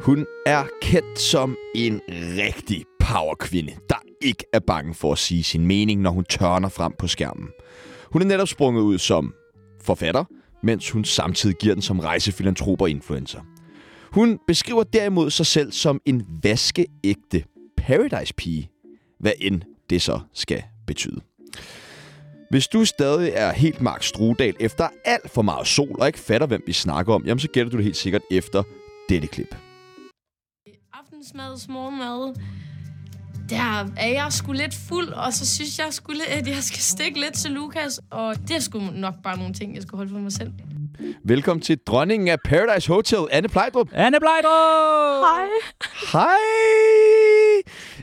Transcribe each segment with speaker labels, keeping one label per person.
Speaker 1: Hun er kendt som en rigtig powerkvinde, der ikke er bange for at sige sin mening, når hun tørner frem på skærmen. Hun er netop sprunget ud som forfatter, mens hun samtidig giver den som rejsefilantrop og influencer. Hun beskriver derimod sig selv som en vaskeægte paradise-pige, hvad end det så skal betyde. Hvis du stadig er helt Mark Strudal efter alt for meget sol og ikke fatter, hvem vi snakker om, jamen så gætter du det helt sikkert efter dette klip.
Speaker 2: aftensmad, morgenmad. Der er jeg sgu lidt fuld, og så synes jeg sgu lidt, at jeg skal stikke lidt til Lukas. Og det er sgu nok bare nogle ting, jeg skal holde for mig selv.
Speaker 1: Velkommen til dronningen af Paradise Hotel, Anne Plejdrup.
Speaker 3: Anne Blejdrup!
Speaker 4: Hej.
Speaker 1: Hej!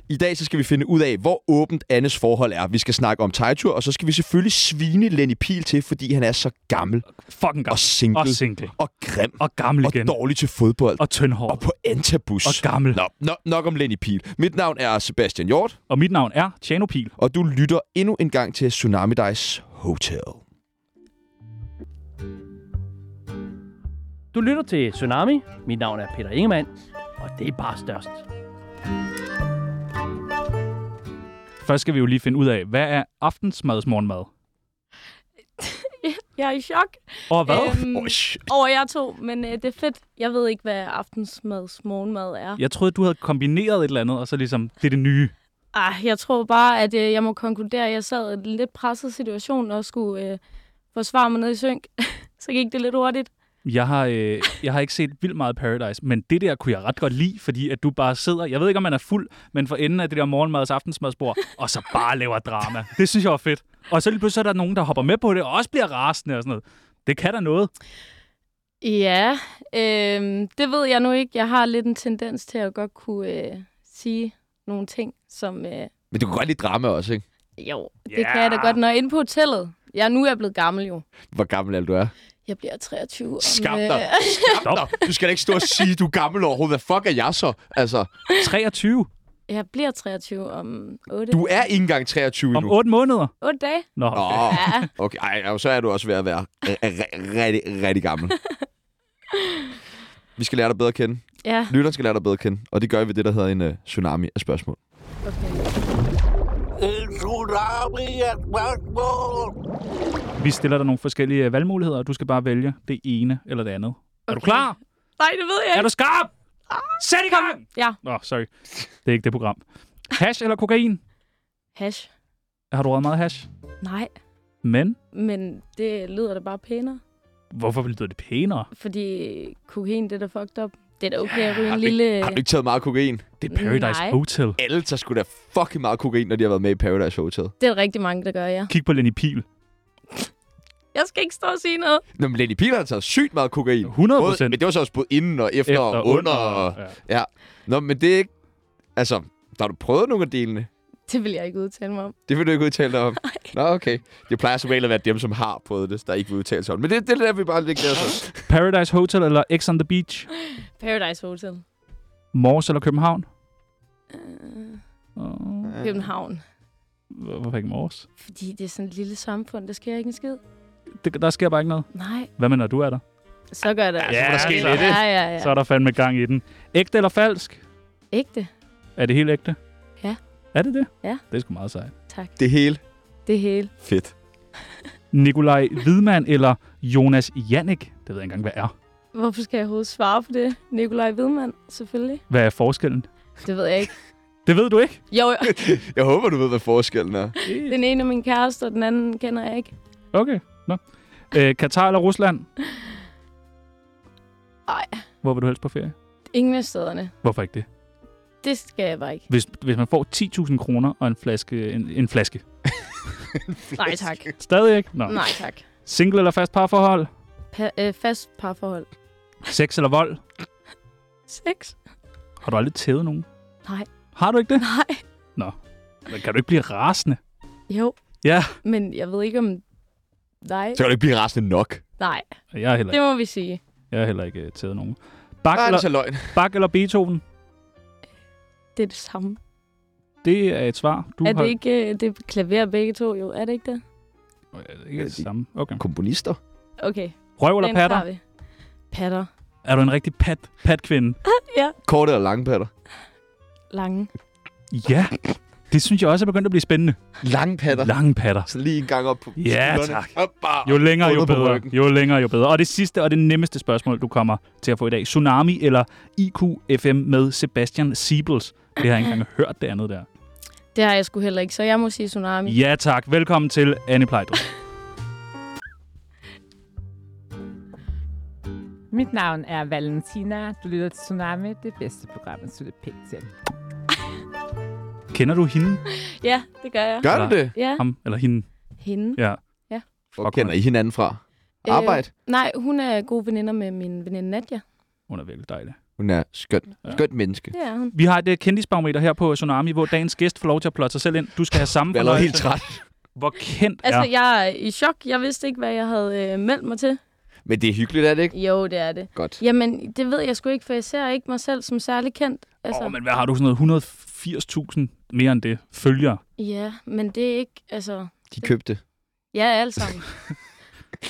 Speaker 1: I dag så skal vi finde ud af, hvor åbent Annes forhold er. Vi skal snakke om Tejtur, og så skal vi selvfølgelig svine Lenny Pil til, fordi han er så gammel
Speaker 3: Fucking
Speaker 1: og
Speaker 3: gammel.
Speaker 1: single
Speaker 3: Og single.
Speaker 1: og grim
Speaker 3: Og gammel
Speaker 1: og
Speaker 3: igen.
Speaker 1: dårlig til fodbold og,
Speaker 3: Og tyndhård.
Speaker 1: og på antabus.
Speaker 3: Og gammel.
Speaker 1: Nå, no, nok om Lenny Pil. Mit navn er Sebastian Hjort,
Speaker 3: Og mit navn er Tjano Pil.
Speaker 1: og du lytter endnu en gang til Tsunami Dice Hotel.
Speaker 5: Du lytter til Tsunami. Mit navn er Peter Ingemann, og det er bare størst.
Speaker 3: Først skal vi jo lige finde ud af, hvad er aftensmads morgenmad?
Speaker 4: Jeg er i chok
Speaker 3: Og hvad? Øh.
Speaker 4: Øhm.
Speaker 1: Oh, shit.
Speaker 4: over jer to, men øh, det er fedt. Jeg ved ikke, hvad aftensmads morgenmad er.
Speaker 3: Jeg troede, du havde kombineret et eller andet, og så ligesom, det er det nye.
Speaker 4: Ah, jeg tror bare, at øh, jeg må konkludere, at jeg sad i en lidt presset situation og skulle øh, forsvare mig ned i synk. så gik det lidt hurtigt.
Speaker 3: Jeg har, øh, jeg har ikke set vildt meget Paradise, men det der kunne jeg ret godt lide, fordi at du bare sidder, jeg ved ikke om man er fuld, men for enden af det der morgenmads aftensmadsbord, og så bare laver drama. Det synes jeg var fedt. Og så lige pludselig så er der nogen, der hopper med på det, og også bliver rasende og sådan noget. Det kan der noget.
Speaker 4: Ja, øh, det ved jeg nu ikke. Jeg har lidt en tendens til at godt kunne øh, sige nogle ting, som... Øh,
Speaker 1: Men du kan godt lide drama også, ikke?
Speaker 4: jo, det kan jeg da godt, når jeg er inde på hotellet. Ja, nu er jeg blevet gammel jo.
Speaker 1: Hvor gammel er du er?
Speaker 4: Jeg bliver 23. om,
Speaker 1: Skam
Speaker 4: øh,
Speaker 1: dig.
Speaker 3: Stop.
Speaker 1: Nå, du skal da ikke stå og sige, du er gammel overhovedet. Hvad fuck er jeg så? Altså,
Speaker 3: 23
Speaker 4: øh, Jeg bliver 23 om 8,
Speaker 1: du er ikke engang 23
Speaker 3: om
Speaker 1: endnu.
Speaker 3: 8 måneder.
Speaker 4: 8 dage.
Speaker 3: Nå, okay.
Speaker 1: Åh,
Speaker 4: Ja.
Speaker 1: okay. Ej, og så er du også ved at være r- r- rigtig, rigtig gammel. Vi skal lære dig bedre at kende.
Speaker 4: Ja.
Speaker 1: Lytteren skal lære dig bedre at kende. Og det gør vi ved det, der hedder en uh, tsunami af spørgsmål.
Speaker 3: Vi stiller dig nogle forskellige øh, valgmuligheder, og du skal bare vælge det ene eller det andet. Okay. Er du klar?
Speaker 4: Nej, det ved jeg
Speaker 3: Er
Speaker 4: ikke.
Speaker 3: du skarp? Sæt i gang!
Speaker 4: Ja.
Speaker 3: Nå, oh, sorry. Det er ikke det program. Hash eller kokain?
Speaker 4: Hash.
Speaker 3: Har du røget meget hash?
Speaker 4: Nej,
Speaker 3: Men
Speaker 4: men det lyder da bare pænere.
Speaker 3: hvorfor lyder det pænere?
Speaker 4: Fordi kokain, det er da fucked up. Det er da okay at ryge en lille...
Speaker 1: Har du ikke taget meget kokain?
Speaker 3: Det er Paradise
Speaker 4: Nej.
Speaker 3: Hotel.
Speaker 1: Alle tager sgu da fucking meget kokain, når de har været med i Paradise Hotel.
Speaker 4: Det er der rigtig mange, der gør, ja.
Speaker 3: Kig på Lenny Pil.
Speaker 4: Jeg skal ikke stå og sige noget.
Speaker 1: Nå, men Lenny Pihl har taget sygt meget kokain.
Speaker 3: 100
Speaker 1: Både,
Speaker 3: procent.
Speaker 1: men det var så også både inden og efter, efter og under. Og...
Speaker 3: Ja.
Speaker 1: Nå, men det er ikke... Altså, har du prøvet nogle af delene?
Speaker 4: Det vil jeg ikke udtale mig om.
Speaker 1: Det vil du ikke udtale dig om. Nå, okay. Det plejer som regel at være dem, som har prøvet det, der ikke vil udtale sig om det. Men det, det lader vi bare ligge der. Så.
Speaker 3: Paradise Hotel eller X on the Beach?
Speaker 4: Paradise Hotel.
Speaker 3: Mors eller København?
Speaker 4: Øh,
Speaker 3: Oh,
Speaker 4: København.
Speaker 3: hvorfor ikke Mors?
Speaker 4: Fordi det er sådan et lille samfund, der sker ikke en skid.
Speaker 3: Det, der sker bare ikke noget.
Speaker 4: Nej,
Speaker 3: Hvad med, når du er der?
Speaker 4: så gør det.
Speaker 3: så må der ske
Speaker 4: altså.
Speaker 3: lidt, ikke?
Speaker 4: Ja, ja,
Speaker 3: Ja.
Speaker 4: ja.
Speaker 3: Så er der fandme gang i den. Ægte eller falsk?
Speaker 4: Ægte.
Speaker 3: Er det helt ægte?
Speaker 4: Ja.
Speaker 3: Er det det?
Speaker 4: Ja.
Speaker 3: Det er sgu meget sejt.
Speaker 4: Tak.
Speaker 1: Det hele
Speaker 4: Det hele.
Speaker 1: fedt.
Speaker 3: Nikolaj Hvidmann eller Jonas Jannik? Det ved jeg ikke engang, hvad er.
Speaker 4: Hvorfor skal jeg overhovedet svare på det? Nikolaj Hvidmann, selvfølgelig.
Speaker 3: Hvad er forskellen?
Speaker 4: Det ved jeg ikke.
Speaker 3: Det ved du ikke.
Speaker 4: Jo, jo.
Speaker 1: Jeg håber, du ved, hvad forskellen er.
Speaker 4: Den ene er min kæreste, og den anden kender jeg ikke.
Speaker 3: Okay, nå. Øh, Katar eller Rusland?
Speaker 4: Ej.
Speaker 3: Hvor vil du helst på ferie?
Speaker 4: Ingen af stederne.
Speaker 3: Hvorfor ikke det?
Speaker 4: Det skal jeg bare ikke.
Speaker 3: Hvis, hvis man får 10.000 kroner og en flaske, en, en flaske.
Speaker 4: Nej tak.
Speaker 3: Stadig ikke? Nå.
Speaker 4: Nej tak.
Speaker 3: Single eller fast parforhold?
Speaker 4: Pa- øh, fast parforhold.
Speaker 3: Sex eller vold?
Speaker 4: Sex?
Speaker 3: Har du aldrig tævet nogen?
Speaker 4: Nej.
Speaker 3: Har du ikke det?
Speaker 4: Nej.
Speaker 3: Men Kan du ikke blive rasende?
Speaker 4: Jo,
Speaker 3: Ja.
Speaker 4: men jeg ved ikke om... Nej.
Speaker 1: Så kan du ikke blive rasende nok.
Speaker 4: Nej,
Speaker 3: Jeg er heller
Speaker 4: det
Speaker 3: ikke,
Speaker 4: må vi sige.
Speaker 3: jeg er heller ikke øh, tævet nogen.
Speaker 1: Nej,
Speaker 3: Bach
Speaker 1: det er
Speaker 3: eller,
Speaker 1: så løgn.
Speaker 3: Bach eller Beethoven?
Speaker 4: Det er det samme.
Speaker 3: Det er et svar. Du
Speaker 4: er
Speaker 3: har...
Speaker 4: det ikke øh, det er klaver begge to? Jo, er det ikke det?
Speaker 3: Nå, ja, det er ikke det samme. Okay.
Speaker 1: Komponister?
Speaker 4: Okay,
Speaker 3: Røv eller
Speaker 4: den
Speaker 3: patter?
Speaker 4: har vi. Patter.
Speaker 3: Er du en rigtig pat, pat-kvinde?
Speaker 1: Korte eller lange patter?
Speaker 4: Lange.
Speaker 3: Ja. Det synes jeg også er begyndt at blive spændende.
Speaker 1: Lange patter.
Speaker 3: Lange patter.
Speaker 1: Så lige en gang op på
Speaker 3: Ja,
Speaker 1: skuldrene.
Speaker 3: tak.
Speaker 1: Op, bare.
Speaker 3: Jo længere, jo
Speaker 1: Bundet på
Speaker 3: bedre.
Speaker 1: ryggen.
Speaker 3: Jo længere, jo bedre. Og det sidste og det nemmeste spørgsmål, du kommer til at få i dag. Tsunami eller IQFM med Sebastian Siebels? Det har jeg ikke engang hørt det andet der.
Speaker 4: Det har jeg sgu heller ikke, så jeg må sige tsunami.
Speaker 3: Ja tak. Velkommen til Anne Plejdrup.
Speaker 6: Mit navn er Valentina. Du lytter til Tsunami, det bedste program, at slutte pænt til.
Speaker 3: Kender du hende?
Speaker 4: Ja, det gør jeg.
Speaker 1: Gør du det?
Speaker 4: Ja,
Speaker 3: Ham eller hende?
Speaker 4: hende.
Speaker 3: Ja.
Speaker 1: Hvor
Speaker 3: Fuck,
Speaker 1: kender I hinanden fra?
Speaker 4: Øh,
Speaker 1: Arbejde?
Speaker 4: Nej, hun er gode veninder med min veninde Nadia.
Speaker 3: Hun er virkelig dejlig.
Speaker 1: Hun er skøn.
Speaker 3: Ja.
Speaker 1: Skønt menneske.
Speaker 4: Det er hun.
Speaker 3: Vi har et øh, kendisbarometer her på Tsunami, hvor dagens gæst får lov til at plotte sig selv ind. Du skal have samme
Speaker 1: Jeg er allerede helt
Speaker 3: fornøjelse.
Speaker 1: træt.
Speaker 3: Hvor kendt
Speaker 4: Altså,
Speaker 3: er...
Speaker 4: ja. jeg er i chok. Jeg vidste ikke, hvad jeg havde øh, meldt mig til.
Speaker 1: Men det er hyggeligt, er det ikke?
Speaker 4: Jo, det er det.
Speaker 1: Godt.
Speaker 4: Jamen, det ved jeg sgu ikke, for jeg ser ikke mig selv som særlig kendt. Altså,
Speaker 3: Åh, oh, men hvad har du? Sådan noget 180.000 mere end det følger.
Speaker 4: Ja, men det er ikke... Altså,
Speaker 1: De købte.
Speaker 4: ja, alle sammen.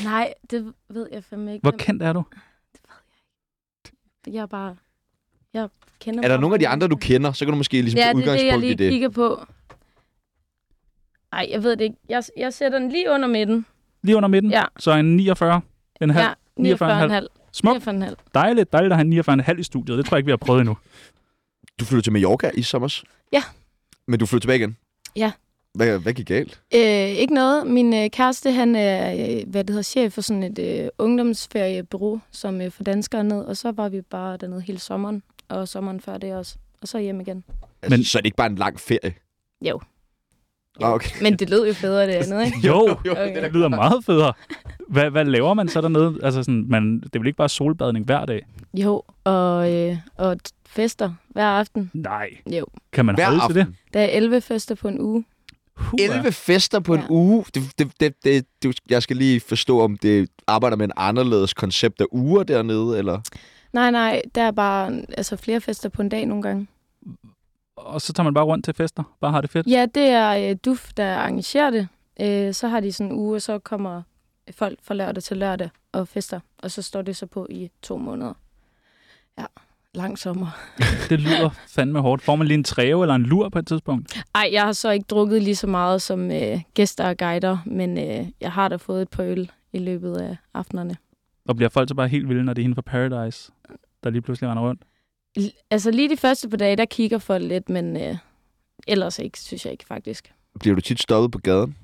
Speaker 4: nej, det ved jeg fandme ikke.
Speaker 3: Hvor
Speaker 4: hvem-
Speaker 3: kendt er du?
Speaker 4: Jeg er bare... Jeg kender
Speaker 1: Er der
Speaker 4: bare
Speaker 1: nogen af de andre, du
Speaker 4: mennesker.
Speaker 1: kender? Så kan du måske ligesom
Speaker 4: Ja,
Speaker 1: tage
Speaker 4: det er det, jeg
Speaker 1: udgangspunkt
Speaker 4: lige
Speaker 1: i det.
Speaker 4: kigger på. Nej, jeg ved det ikke. Jeg, jeg sætter den lige under midten.
Speaker 3: Lige under midten?
Speaker 4: Ja.
Speaker 3: Så en 49? Mm. En halv?
Speaker 4: Ja, 49,5.
Speaker 3: Smuk.
Speaker 4: 49,5.
Speaker 3: Dejligt, dejligt at have 49,5 i studiet. Det tror jeg ikke, vi har prøvet endnu.
Speaker 1: Du flyttede til Mallorca i sommer.
Speaker 4: Ja.
Speaker 1: Men du flyttede tilbage igen?
Speaker 4: Ja.
Speaker 1: Hvad, hvad gik galt?
Speaker 4: Øh, ikke noget. Min øh, kæreste, han er, øh, hvad det hedder, chef for sådan et øh, ungdomsferiebureau, som øh, for danskere ned, og så var vi bare dernede hele sommeren, og sommeren før det også, og så hjem igen.
Speaker 1: Altså, Men...
Speaker 3: Men-
Speaker 1: Så er det ikke bare en lang ferie?
Speaker 4: Jo.
Speaker 1: Nå, okay.
Speaker 4: Men det lød jo federe det andet, ikke?
Speaker 3: Jo,
Speaker 1: jo,
Speaker 4: Okay.
Speaker 1: det er
Speaker 3: det lyder meget federe. Hvad, hvad laver man så dernede? Altså sådan, man, det er vel ikke bare solbadning hver dag?
Speaker 4: Jo, og, øh, og t- fester hver aften.
Speaker 3: Nej.
Speaker 4: Jo.
Speaker 3: Kan man
Speaker 1: Hver
Speaker 3: holde til det?
Speaker 4: Der er 11 fester på en uge.
Speaker 3: Huh,
Speaker 1: 11 fester på en
Speaker 4: Ja.
Speaker 1: uge. Det, det, det, det, det, jeg skal lige forstå, om det arbejder med en anderledes koncept af uger dernede, eller...
Speaker 4: Nej, nej, der er bare altså, flere fester på en dag nogle gange.
Speaker 3: Og så tager man bare rundt til fester. Bare har det fedt.
Speaker 4: Ja, det er øh, DUF, der arrangerer det. Øh, så har de sådan en uge, og så kommer folk fra lørdag til lørdag og fester. Og så står det så på i to måneder. Ja, lang sommer.
Speaker 3: Det lyder fandme hårdt. Får man lige en træve eller en lur på et tidspunkt?
Speaker 4: Ej, jeg har så ikke drukket lige så meget som øh, gæster og guider, men øh, jeg har da fået et par øl i løbet af aftenerne.
Speaker 3: Og bliver folk så bare helt vilde, når det er hende fra Paradise, der lige pludselig render rundt?
Speaker 4: L- altså lige de første par dage, der kigger folk lidt, men øh, ellers ikke, synes jeg ikke faktisk.
Speaker 1: Bliver du tit stoppet på gaden?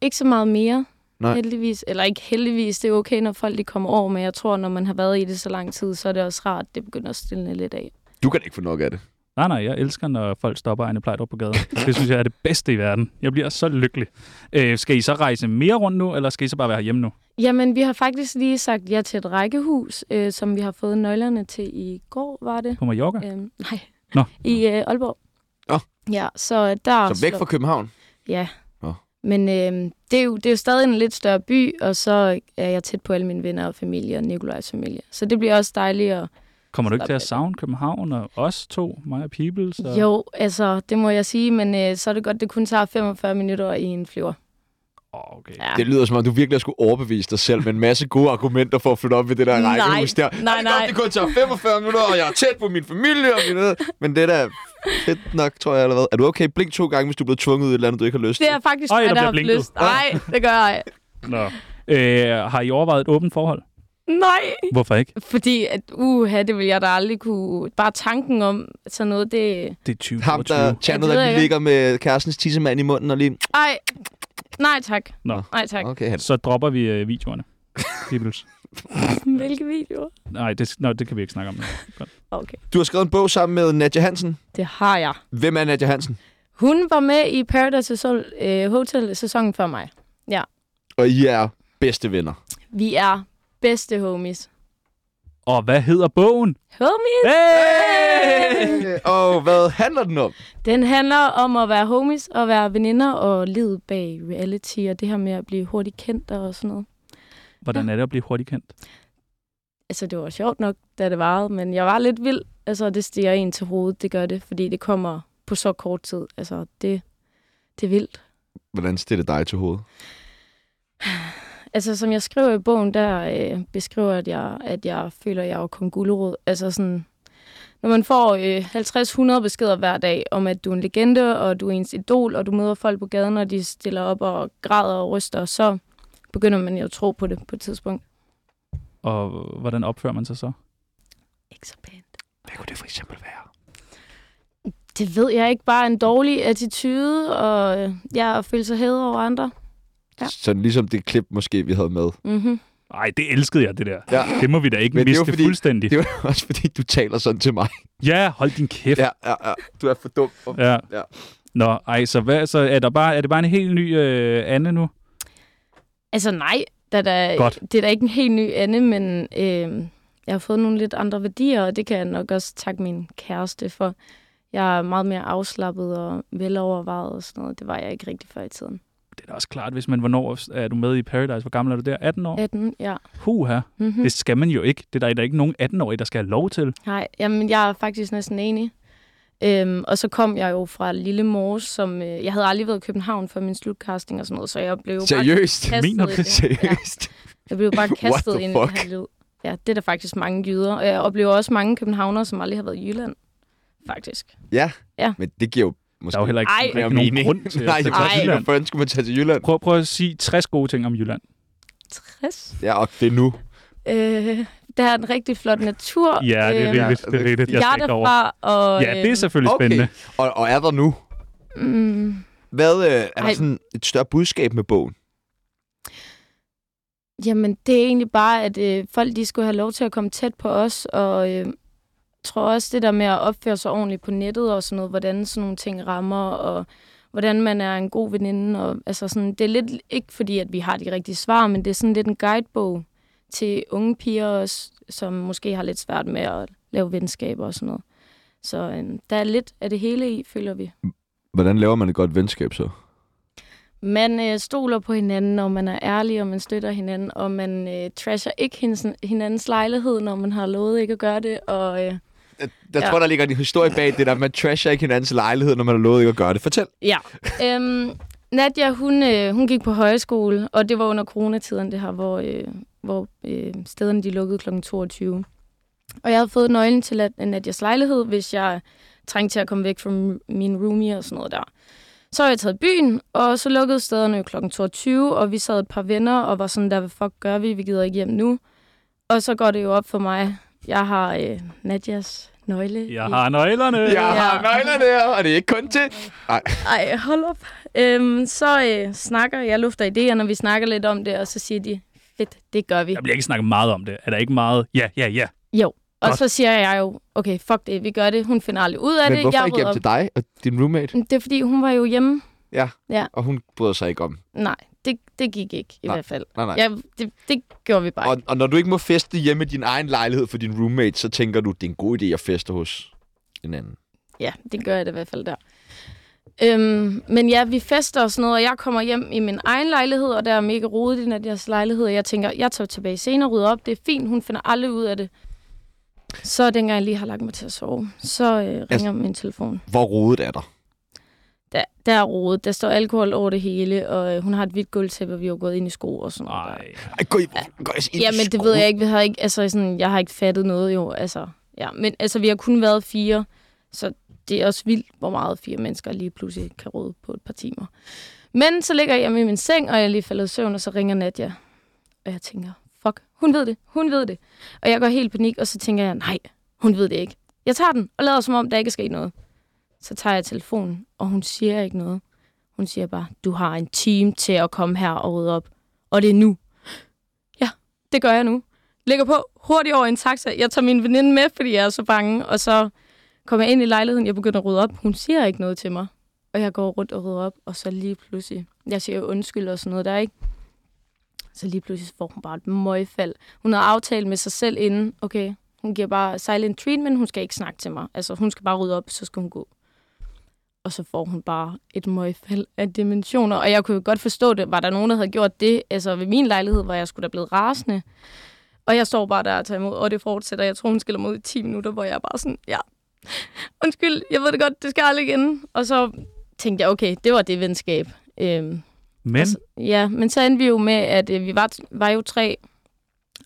Speaker 4: Ikke så meget mere,
Speaker 1: Nej.
Speaker 4: heldigvis. Eller ikke heldigvis, det er okay, når folk de kommer over, men jeg tror, når man har været i det så lang tid, så er det også rart, det begynder at stille lidt af.
Speaker 1: Du kan ikke få nok af det.
Speaker 3: Nej, nej, jeg elsker, når folk stopper Ejne Plejdrup på gaden. Det synes jeg er det bedste i verden. Jeg bliver så lykkelig. Øh, skal I så rejse mere rundt nu, eller skal I så bare være hjemme nu?
Speaker 4: Jamen, vi har faktisk lige sagt ja til et rækkehus, øh, som vi har fået nøglerne til i går, var det?
Speaker 3: På Mallorca?
Speaker 4: Øhm, nej,
Speaker 3: Nå.
Speaker 4: i øh, Aalborg.
Speaker 1: Nå.
Speaker 4: Ja, så der...
Speaker 1: Så væk
Speaker 4: slår-
Speaker 1: fra København?
Speaker 4: Ja.
Speaker 1: Nå.
Speaker 4: Men øh, det, er jo, det er jo stadig en lidt større by, og så er jeg tæt på alle mine venner og familie og Nikolajs familie. Så det bliver også dejligt. Og...
Speaker 3: Kommer du ikke
Speaker 4: Stop
Speaker 3: til at
Speaker 4: alt.
Speaker 3: savne København og os to, mig og Peoples? Og...
Speaker 4: Jo, altså, det må jeg sige, men øh, så er det godt, det kun tager 45 minutter i en flyver.
Speaker 3: Oh, okay.
Speaker 4: Ja.
Speaker 1: Det lyder som om, du virkelig har skulle overbevise dig selv med en masse gode argumenter for at flytte op ved det der
Speaker 4: Nej.
Speaker 1: rækkehus der. "Ej,
Speaker 4: Nej,
Speaker 1: det er
Speaker 4: nej.
Speaker 1: Godt, det kun tager 45 minutter, og jeg er tæt på min familie og min Men det der fedt nok, tror jeg allerede. Er du okay? Blink to gange, hvis du bliver tvunget ud i et eller andet, du ikke har lyst
Speaker 4: Det
Speaker 1: til.
Speaker 4: er faktisk
Speaker 3: Ej, der
Speaker 4: mig,
Speaker 3: bliver
Speaker 4: har haft
Speaker 3: blinket.
Speaker 4: lyst. Nej, det gør jeg. ej.
Speaker 3: Nå. Øh, har I overvejet et åbent forhold?
Speaker 4: Nej.
Speaker 3: Hvorfor ikke?
Speaker 4: Fordi, at, uha, det vil jeg da aldrig kunne... Bare tanken om sådan noget, det...
Speaker 3: Det er 20
Speaker 1: Ham, der Chandler,
Speaker 4: Ja, det ved
Speaker 1: der
Speaker 4: jeg
Speaker 1: lige
Speaker 4: godt.
Speaker 1: ligger med kærestens tissemand i munden og lige...
Speaker 4: Ej, nej tak.
Speaker 3: Nå.
Speaker 4: Nej tak.
Speaker 1: Okay, han.
Speaker 3: Så dropper vi øh, videoerne. Peoples.
Speaker 4: Hvilke videoer?
Speaker 3: Nej, det, nå, det kan vi ikke snakke om. nu. Godt.
Speaker 4: Okay,
Speaker 1: Du har skrevet en bog sammen med Nadja Hansen.
Speaker 4: det har jeg.
Speaker 1: Hvem er Nadja Hansen?
Speaker 4: Hun var med i Paradise Hotel, øh, Hotel sæsonen før mig.
Speaker 1: Og I er bedste venner.
Speaker 4: Vi er bedste homies.
Speaker 3: Og hvad hedder bogen?
Speaker 4: Homies?
Speaker 3: Hey!
Speaker 1: Øh, og hvad handler den om?
Speaker 4: Den handler om at være homies og være veninder og livet bag reality og det her med at blive hurtigt kendt og sådan noget.
Speaker 3: Hvordan er det at blive hurtigt kendt?
Speaker 4: Altså, det var sjovt nok, da det varede, men jeg var lidt vild. Altså, det stiger en til hovedet, det gør det, fordi det kommer på så kort tid. Altså, det, det er vildt.
Speaker 1: Hvordan stiller det dig til hovedet?
Speaker 4: Altså, som jeg skriver i bogen, der øh, beskriver at jeg, at jeg føler, at jeg er kong gulerod. Altså sådan, når man får øh, 50-100 beskeder hver dag om, at du er en legende, og du er ens idol, og du møder folk på gaden, og de stiller op og græder og ryster, så begynder man jo at tro på det på et tidspunkt.
Speaker 3: Og hvordan opfører man sig så?
Speaker 4: Ikke så pænt.
Speaker 1: Hvad kunne det for eksempel være?
Speaker 4: Det ved jeg ikke. Bare en dårlig attitude, og øh, ja, at føle sig hævet over andre.
Speaker 1: Ja.
Speaker 4: Ja.
Speaker 1: Sådan ligesom det klip, måske vi havde med.
Speaker 4: Mm-hmm.
Speaker 3: Nej, det elskede jeg, det der.
Speaker 1: Ja.
Speaker 3: Det må vi da ikke
Speaker 1: Men det er jo
Speaker 3: miste
Speaker 1: fordi-
Speaker 3: fordi... fuldstændig.
Speaker 1: Det var også fordi, du taler sådan til mig.
Speaker 3: Ja, hold din kæft.
Speaker 1: Ja, ja, ja. Du er for dum. Og-
Speaker 3: Ja.
Speaker 1: Ja.
Speaker 3: ja. Nå, ej, så, hvad, så er, der bare, er det bare en helt ny øh, Anne nu?
Speaker 4: Altså nej, der er da,
Speaker 3: Godt.
Speaker 4: det er da ikke en helt ny Anne, men øh, jeg har fået nogle lidt andre værdier, og det kan jeg nok også takke min kæreste for. Jeg er meget mere afslappet og velovervejet og sådan noget. Det var jeg ikke rigtig før i tiden.
Speaker 3: Det er da også klart, hvis man, hvornår er du med i Paradise? Hvor gammel er du der? 18 år?
Speaker 4: 18, ja.
Speaker 3: Huha,
Speaker 4: Mm-hmm.
Speaker 3: det skal man jo ikke. Det er der, der er ikke nogen 18-årige, der skal have lov til.
Speaker 4: Nej, jamen jeg er faktisk næsten enig. Øhm, og så kom jeg jo fra Lille Mors, som... Øh, jeg havde aldrig været i København for min slutcasting og sådan noget, så jeg blev bare
Speaker 1: Seriøst?
Speaker 4: kastet
Speaker 3: Mener du
Speaker 4: i det. Ja.
Speaker 1: Seriøst?
Speaker 4: Jeg blev bare
Speaker 1: What
Speaker 4: kastet
Speaker 1: the
Speaker 4: ind i det
Speaker 1: fuck?
Speaker 4: her lyd. Ja, det er der faktisk mange jyder. Og jeg oplever også mange københavnere, som aldrig har været i Jylland. Faktisk.
Speaker 1: Ja.
Speaker 4: Ja.
Speaker 1: Men det giver jo måske
Speaker 3: Der er jo heller ikke,
Speaker 4: Ej.
Speaker 3: Ej, ikke nogen grund til
Speaker 1: Nej,
Speaker 3: at
Speaker 1: det
Speaker 3: tage til
Speaker 1: er
Speaker 3: Jylland.
Speaker 1: Hvorfor fanden skulle man tage til Jylland?
Speaker 3: Prøv, prøv at sige 60 gode ting om Jylland.
Speaker 4: 60.
Speaker 1: Ja, og det er nu.
Speaker 4: Øh, der er en rigtig flot natur.
Speaker 3: Ja, det er
Speaker 4: Øh,
Speaker 1: rigtigt, det
Speaker 3: rigtigt.
Speaker 1: er
Speaker 3: Det er rigtigt. Jeg
Speaker 4: Jeg er øh,
Speaker 3: skal ikke over.
Speaker 4: derfra, og...
Speaker 3: Ja, det er selvfølgelig
Speaker 1: Okay.
Speaker 3: spændende.
Speaker 1: Og, og er der nu?
Speaker 4: øh, mm,
Speaker 1: Hvad, øh, er der
Speaker 4: Ej.
Speaker 1: sådan et større budskab med bogen?
Speaker 4: Jamen, det er egentlig bare, at øh, folk de skulle have lov til at komme tæt på os, og øh, tror også det der med at opføre sig ordentligt på nettet og sådan noget, hvordan sådan nogle ting rammer, og hvordan man er en god veninde. Og, altså sådan, det er lidt ikke fordi, at vi har de rigtige svar, men det er sådan lidt en guidebog til unge piger også, som måske har lidt svært med at lave venskaber og sådan noget. Så øh, der er lidt af det hele i, føler vi.
Speaker 1: Hvordan laver man et godt venskab så?
Speaker 4: Man øh, stoler på hinanden, og man er ærlig, og man støtter hinanden, og man øh, trasher ikke hinandens, hinandens lejlighed, når man har lovet ikke at gøre det. Og øh,
Speaker 1: Der, der
Speaker 4: Ja.
Speaker 1: tror, der ligger en historie bag det der, man trasher ikke hinandens lejlighed, når man har lovet ikke at gøre det. Fortæl.
Speaker 4: ja. øhm, Nadia, hun, øh, hun gik på højskole, og det var under coronatiden, det her, hvor, øh, hvor øh, stederne de lukkede kl. 22. Og jeg havde fået nøglen til at, Nadias lejlighed, hvis jeg trængte til at komme væk fra m- min roomie og sådan noget der. Så har jeg taget i byen, og så lukkede stederne jo kl. 22, og vi sad et par venner og var sådan der, hvad fuck gør vi? Vi gider ikke hjem nu. Og så går det jo op for mig. Jeg har øh, Nadias nøgle.
Speaker 3: Jeg
Speaker 4: i-
Speaker 3: har nøglerne.
Speaker 1: Jeg
Speaker 3: Ja.
Speaker 1: har nøgler der, og det er ikke kun til.
Speaker 4: Ej, hold op. Øhm, så øh, snakker jeg, lufter idéer, når vi snakker lidt om det, og så siger de, fedt, det gør vi.
Speaker 3: Der bliver ikke snakket meget om det. Er der ikke meget? Ja, ja, ja.
Speaker 4: Jo. Og
Speaker 3: Godt.
Speaker 4: så siger jeg jo, okay, fuck det, vi gør det. Hun finder aldrig ud af
Speaker 1: Men
Speaker 4: det.
Speaker 1: hvorfor
Speaker 4: jeg
Speaker 1: ikke
Speaker 4: rydder
Speaker 1: hjem til dig og din roommate?
Speaker 4: op. Det er fordi, hun var jo hjemme.
Speaker 1: Og hun bryder sig ikke om.
Speaker 4: Nej, det, det gik ikke i
Speaker 1: Nej.
Speaker 4: hvert fald.
Speaker 1: Nej, nej.
Speaker 4: Ja, det, det gjorde vi bare
Speaker 1: Og, og når du ikke må feste hjemme i din egen lejlighed for din roommate, så tænker du, det er en god idé at feste hos en anden.
Speaker 4: Ja, det gør jeg da i hvert fald der. Øhm, men ja, vi fester og sådan noget, og jeg kommer hjem i min egen lejlighed, og der er mega rodet i Nadias lejlighed, og jeg tænker, jeg tager tilbage senere og rydder op, det er fint, hun finder aldrig ud af det. Så dengang jeg lige har lagt mig til at sove, så øh, ringer
Speaker 1: Altså-
Speaker 4: min telefon.
Speaker 1: Hvor rodet er der?
Speaker 4: Der, der er rodet, der står alkohol over det hele, og øh, hun har et hvidt gulvtæppe, og vi har gået ind i sko og sådan noget. der.
Speaker 3: Ej.
Speaker 1: Ej, gå i, gå i,
Speaker 4: Ja, men det ved jeg ikke. Vi har ikke, altså, sådan, jeg har ikke fattet noget jo. Altså, ja. Men altså, vi har kun været fire, så det er også vildt, hvor meget fire mennesker lige pludselig kan råde på et par timer. Men så ligger jeg hjemme i min seng, og jeg er lige faldet i søvn, og så ringer Nadia. Og jeg tænker, fuck, hun ved det, hun ved det. Og jeg går helt i panik, og så tænker jeg, nej, hun ved det ikke. Jeg tager den og lader som om, der ikke er sket noget. Så tager jeg telefonen, og hun siger ikke noget. Hun siger bare, du har en time til at komme her og rydde op. Og det er nu det gør jeg nu. Lægger på hurtigt over i en taxa. Jeg tager min veninde med, fordi jeg er så bange. Og så kommer jeg ind i lejligheden. Jeg begynder at rydde op. Hun siger ikke noget til mig. Og jeg går rundt og rydder op. Og så lige pludselig... Jeg siger jo undskyld og sådan noget der, ikke? Så lige pludselig får hun bare et møgfald. Hun havde aftalt med sig selv inden. Okay, hun giver bare silent treatment. Hun skal ikke snakke til mig. Altså, hun skal bare rydde op, så skal hun gå. Og så får hun bare et møgfald af dimensioner. Og jeg kunne jo godt forstå det. Var der nogen, der havde gjort det? Altså, ved min lejlighed var jeg skulle da blevet rasende. Og jeg står bare der og tager imod, og det fortsætter. Jeg tror, hun skiller mod i 10 minutter, hvor jeg er bare sådan, ja, undskyld, jeg ved det godt, det skal aldrig igen. Og så tænkte jeg, okay, det var det venskab. Øhm,
Speaker 3: Men
Speaker 4: Altså, ja, men så endte vi jo med, at øh, vi var, var jo tre,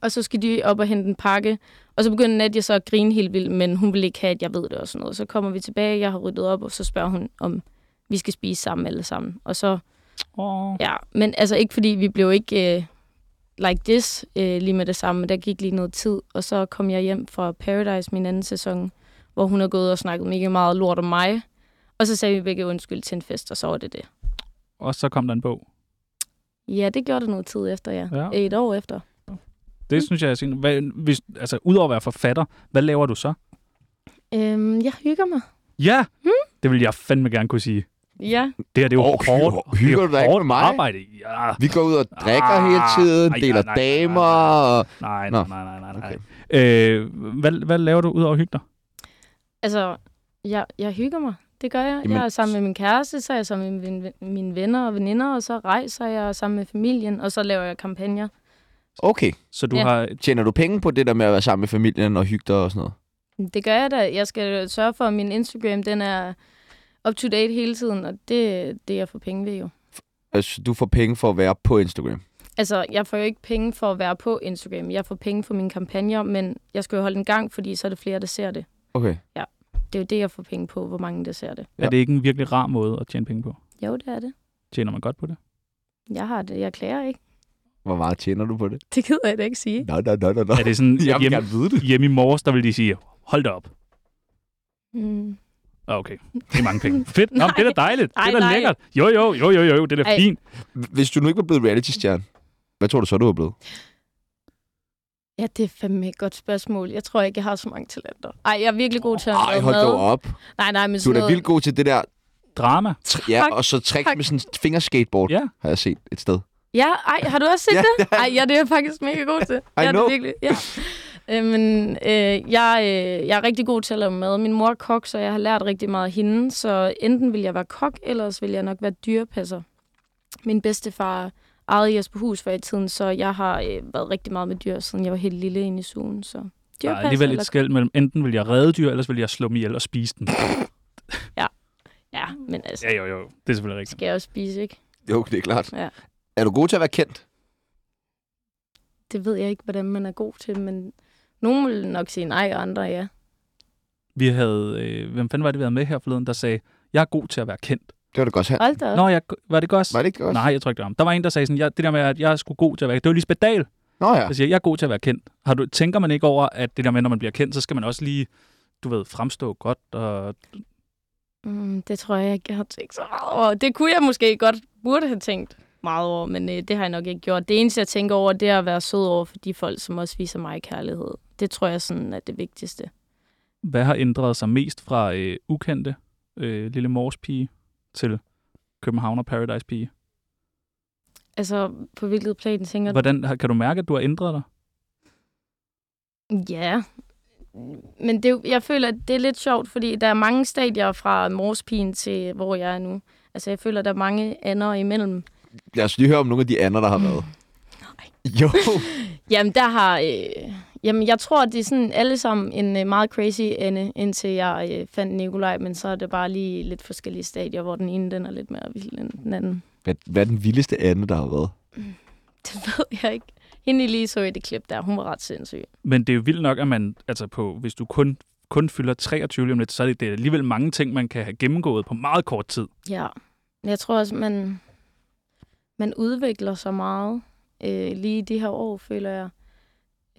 Speaker 4: og så skal de op og hente en pakke. Og så begyndte Nadia så at grine helt vildt, men hun ville ikke have, at jeg ved det og sådan noget. Så kommer vi tilbage, jeg har ryddet op, og så spørger hun, om vi skal spise sammen alle sammen. Og så,
Speaker 3: åh,
Speaker 4: ja, men altså ikke fordi vi blev ikke øh, like this øh, lige med det samme, men der gik lige noget tid. Og så kom jeg hjem fra Paradise min anden sæson, hvor hun har gået og snakket mega meget lort om mig. Og så sagde vi begge undskyld til en fest, og så var det det.
Speaker 3: og så kom der en bog.
Speaker 4: Ja, det gjorde det noget tid efter, ja.
Speaker 3: Ja.
Speaker 4: ja. Et år efter.
Speaker 1: Mm.
Speaker 3: Det synes jeg er sin. Hvad, hvis, altså, udover at være forfatter, hvad laver du så?
Speaker 4: Øhm, jeg hygger mig.
Speaker 3: Ja! Det vil jeg fandme gerne kunne sige.
Speaker 4: Ja,
Speaker 3: Det her, det er jo
Speaker 1: Åh, hygger-
Speaker 3: hårdt.
Speaker 1: hygger
Speaker 3: det er
Speaker 1: du dig ikke
Speaker 3: hårdt
Speaker 1: med mig?
Speaker 3: arbejde. Ja,
Speaker 1: Vi går ud og drikker
Speaker 3: Ah,
Speaker 1: hele tiden,
Speaker 3: ej,
Speaker 1: deler
Speaker 3: nej, nej,
Speaker 1: damer.
Speaker 3: nej,
Speaker 1: og-
Speaker 3: nej,
Speaker 1: Nå.
Speaker 3: nej, nej, nej, nej. Okay. Øh, hvad, hvad laver du udover at hygge dig?
Speaker 4: altså, jeg, jeg hygger mig. Det gør jeg.
Speaker 1: Jamen-
Speaker 4: Jamen. Jeg er sammen med min kæreste, så er jeg sammen med min, mine venner og veninder, og så rejser jeg og sammen med familien, og så laver jeg kampagner.
Speaker 1: Okay,
Speaker 3: Så du
Speaker 4: Ja.
Speaker 3: har...
Speaker 1: tjener du penge på det der med at være sammen med familien og hygge dig og sådan noget?
Speaker 4: Det gør jeg da. Jeg skal sørge for, at min Instagram den er up to date hele tiden, og det, det er jeg får penge ved jo.
Speaker 1: Altså, du får penge for at være på Instagram.
Speaker 4: Altså, jeg får jo ikke penge for at være på Instagram. Jeg får penge for mine kampagner, men jeg skal jo holde en gang, fordi så er det flere, der ser det.
Speaker 1: Okay.
Speaker 4: Det er jo det, jeg får penge på, hvor mange der ser det.
Speaker 1: Ja.
Speaker 3: Er det ikke en virkelig rar måde at tjene penge på?
Speaker 4: Jo, det er det.
Speaker 3: Tjener man godt på det?
Speaker 4: Jeg har det. Jeg klager ikke.
Speaker 1: Hvor meget tjener du på det?
Speaker 4: Det gider jeg da ikke sige.
Speaker 1: Nej, nej, nej, nej, nej.
Speaker 3: Er det sådan,
Speaker 1: Jeg
Speaker 3: at
Speaker 1: vil
Speaker 3: hjemme,
Speaker 1: gerne vide det.
Speaker 3: hjemme i morges, der vil de sige, hold da op.
Speaker 4: Mm.
Speaker 3: Ah, Okay, det er mange penge. Fedt, Nå, men det er da dejligt.
Speaker 4: Ej,
Speaker 3: det er da
Speaker 4: nej.
Speaker 3: lækkert. Jo, jo, jo, jo, jo, det er da
Speaker 4: Ej.
Speaker 3: fint.
Speaker 1: Hvis du nu ikke var blevet reality-stjerne, hvad tror du så, du var blevet?
Speaker 4: Ja, det er fandme et godt spørgsmål. Jeg tror ikke, jeg har så mange talenter. Ej, jeg er virkelig god til at
Speaker 1: Ej,
Speaker 4: lave
Speaker 1: hold
Speaker 4: mad.
Speaker 1: dog op.
Speaker 4: Nej, nej, men
Speaker 1: Du er
Speaker 4: sådan
Speaker 1: da
Speaker 4: noget.
Speaker 1: vildt god til det der,
Speaker 3: Drama.
Speaker 1: tr- ja,
Speaker 4: Tak,
Speaker 1: og så tricks
Speaker 4: tak.
Speaker 1: med sådan en fingerskateboard,
Speaker 3: Ja.
Speaker 1: har jeg set et sted.
Speaker 4: Ja, ej, har du også set
Speaker 1: Ja,
Speaker 4: ja,
Speaker 1: det
Speaker 4: det?
Speaker 1: har jeg.
Speaker 4: Ej, ja, det er jeg faktisk mega god til.
Speaker 1: I
Speaker 4: ja, det
Speaker 1: know.
Speaker 4: er virkelig, ja. Øh, men øh, jeg, øh, jeg er rigtig god til at lave mad. Min mor er kok, så jeg har lært rigtig meget af hende. Så enten vil jeg være kok, ellers vil jeg nok være dyrepasser. Min bedstefar ejede Jesper Hus før i tiden, så jeg har øh, været rigtig meget med dyr, siden jeg var helt lille inde i sugen. Så
Speaker 3: Der er
Speaker 4: dyrepasser
Speaker 3: alligevel
Speaker 4: eller
Speaker 3: et skæld mellem, enten vil jeg redde dyr, ellers vil jeg slå dem ihjel og spise dem.
Speaker 4: Ja, men altså,
Speaker 3: Ja, jo, jo, det er selvfølgelig rigtigt.
Speaker 4: skal jeg jo spise, ikke?
Speaker 1: Jo, det er klart.
Speaker 4: Ja.
Speaker 1: Er du god til at være kendt?
Speaker 4: Det ved jeg ikke, hvordan man er god til, men nogen vil nok sige nej, og andre ja.
Speaker 3: Vi havde, øh, hvem fanden var det, vi havde med her forleden, der sagde, jeg er god til at være kendt.
Speaker 1: Det var det godt her.
Speaker 4: Hold da op.
Speaker 3: Nå, jeg, var det godt?
Speaker 1: Var det ikke godt?
Speaker 3: Nej, jeg tror ikke, det var ham. Der var en, der sagde sådan, jeg, det der med, at jeg er sgu god til at være kendt. Det var Lisbeth Dahl,
Speaker 1: Nå ja.
Speaker 3: der siger, jeg er god til at være kendt. Har du, tænker man ikke over, at det der med, når man bliver kendt, så skal man også lige, du ved, fremstå godt og
Speaker 4: Mm, det tror jeg ikke, jeg har tænkt så meget over. Det kunne jeg måske godt burde have tænkt meget over, men øh, det har jeg nok ikke gjort. Det eneste, jeg tænker over, det er at være sød over for de folk, som også viser mig kærlighed. Det tror jeg sådan er det vigtigste.
Speaker 3: Hvad har ændret sig mest fra øh, ukendte øh, lille Mors pige til Københavner Paradise pige?
Speaker 4: Altså, på hvilket plan tænker du?
Speaker 3: Hvordan har- kan du mærke, at du har ændret dig?
Speaker 4: Ja, men det, er jo- jeg føler, at det er lidt sjovt, fordi der er mange stadier fra morspigen til, hvor jeg er nu. Altså, jeg føler, der er mange andre imellem.
Speaker 1: Lad os lige høre om nogle af de andre, der har været. Jo.
Speaker 4: Jamen, der har... Øh, jamen, jeg tror, det er sådan alle sammen en øh, meget crazy ende, indtil jeg øh, fandt Nikolaj, men så er det bare lige lidt forskellige stadier, hvor den ene den er lidt mere vild end den anden.
Speaker 1: Hvad, hvad er den vildeste anden, der har været?
Speaker 4: Det ved jeg ikke. Hende I lige så i det klip der, hun var ret sindssyg.
Speaker 3: Men det er jo vildt nok, at man, altså på, hvis du kun, kun fylder 23 lige om lidt, så er det, det er alligevel mange ting, man kan have gennemgået på meget kort tid.
Speaker 4: Ja. Men Jeg tror også, man, man udvikler sig meget øh, lige i de her år, føler jeg.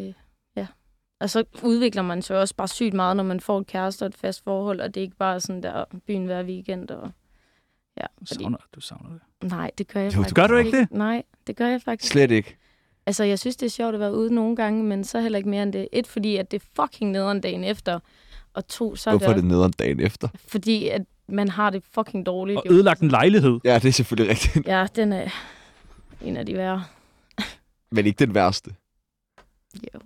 Speaker 4: Øh, ja. Og så udvikler man sig også bare sygt meget, når man får et kæreste og et fast forhold, og det er ikke bare sådan der byen hver weekend. Og, ja, fordi
Speaker 3: Savner, du savner det.
Speaker 4: Nej, det gør jeg
Speaker 1: Jo, det
Speaker 4: faktisk
Speaker 3: gør du ikke det?
Speaker 4: Nej, det gør jeg faktisk
Speaker 1: Slet ikke.
Speaker 4: Altså, jeg synes, det er sjovt at være ude nogle gange, men så heller ikke mere end det. Et, fordi at det er fucking nederen dagen efter. Og to, så er
Speaker 1: Hvorfor er
Speaker 4: det,
Speaker 1: det nederen dagen efter?
Speaker 4: også- fordi, at man har det fucking dårligt.
Speaker 3: Og
Speaker 4: jo.
Speaker 3: ødelagt en lejlighed.
Speaker 1: Ja, det er selvfølgelig rigtigt.
Speaker 4: Ja, den er en af de værre.
Speaker 1: Men ikke den værste.
Speaker 4: Jo.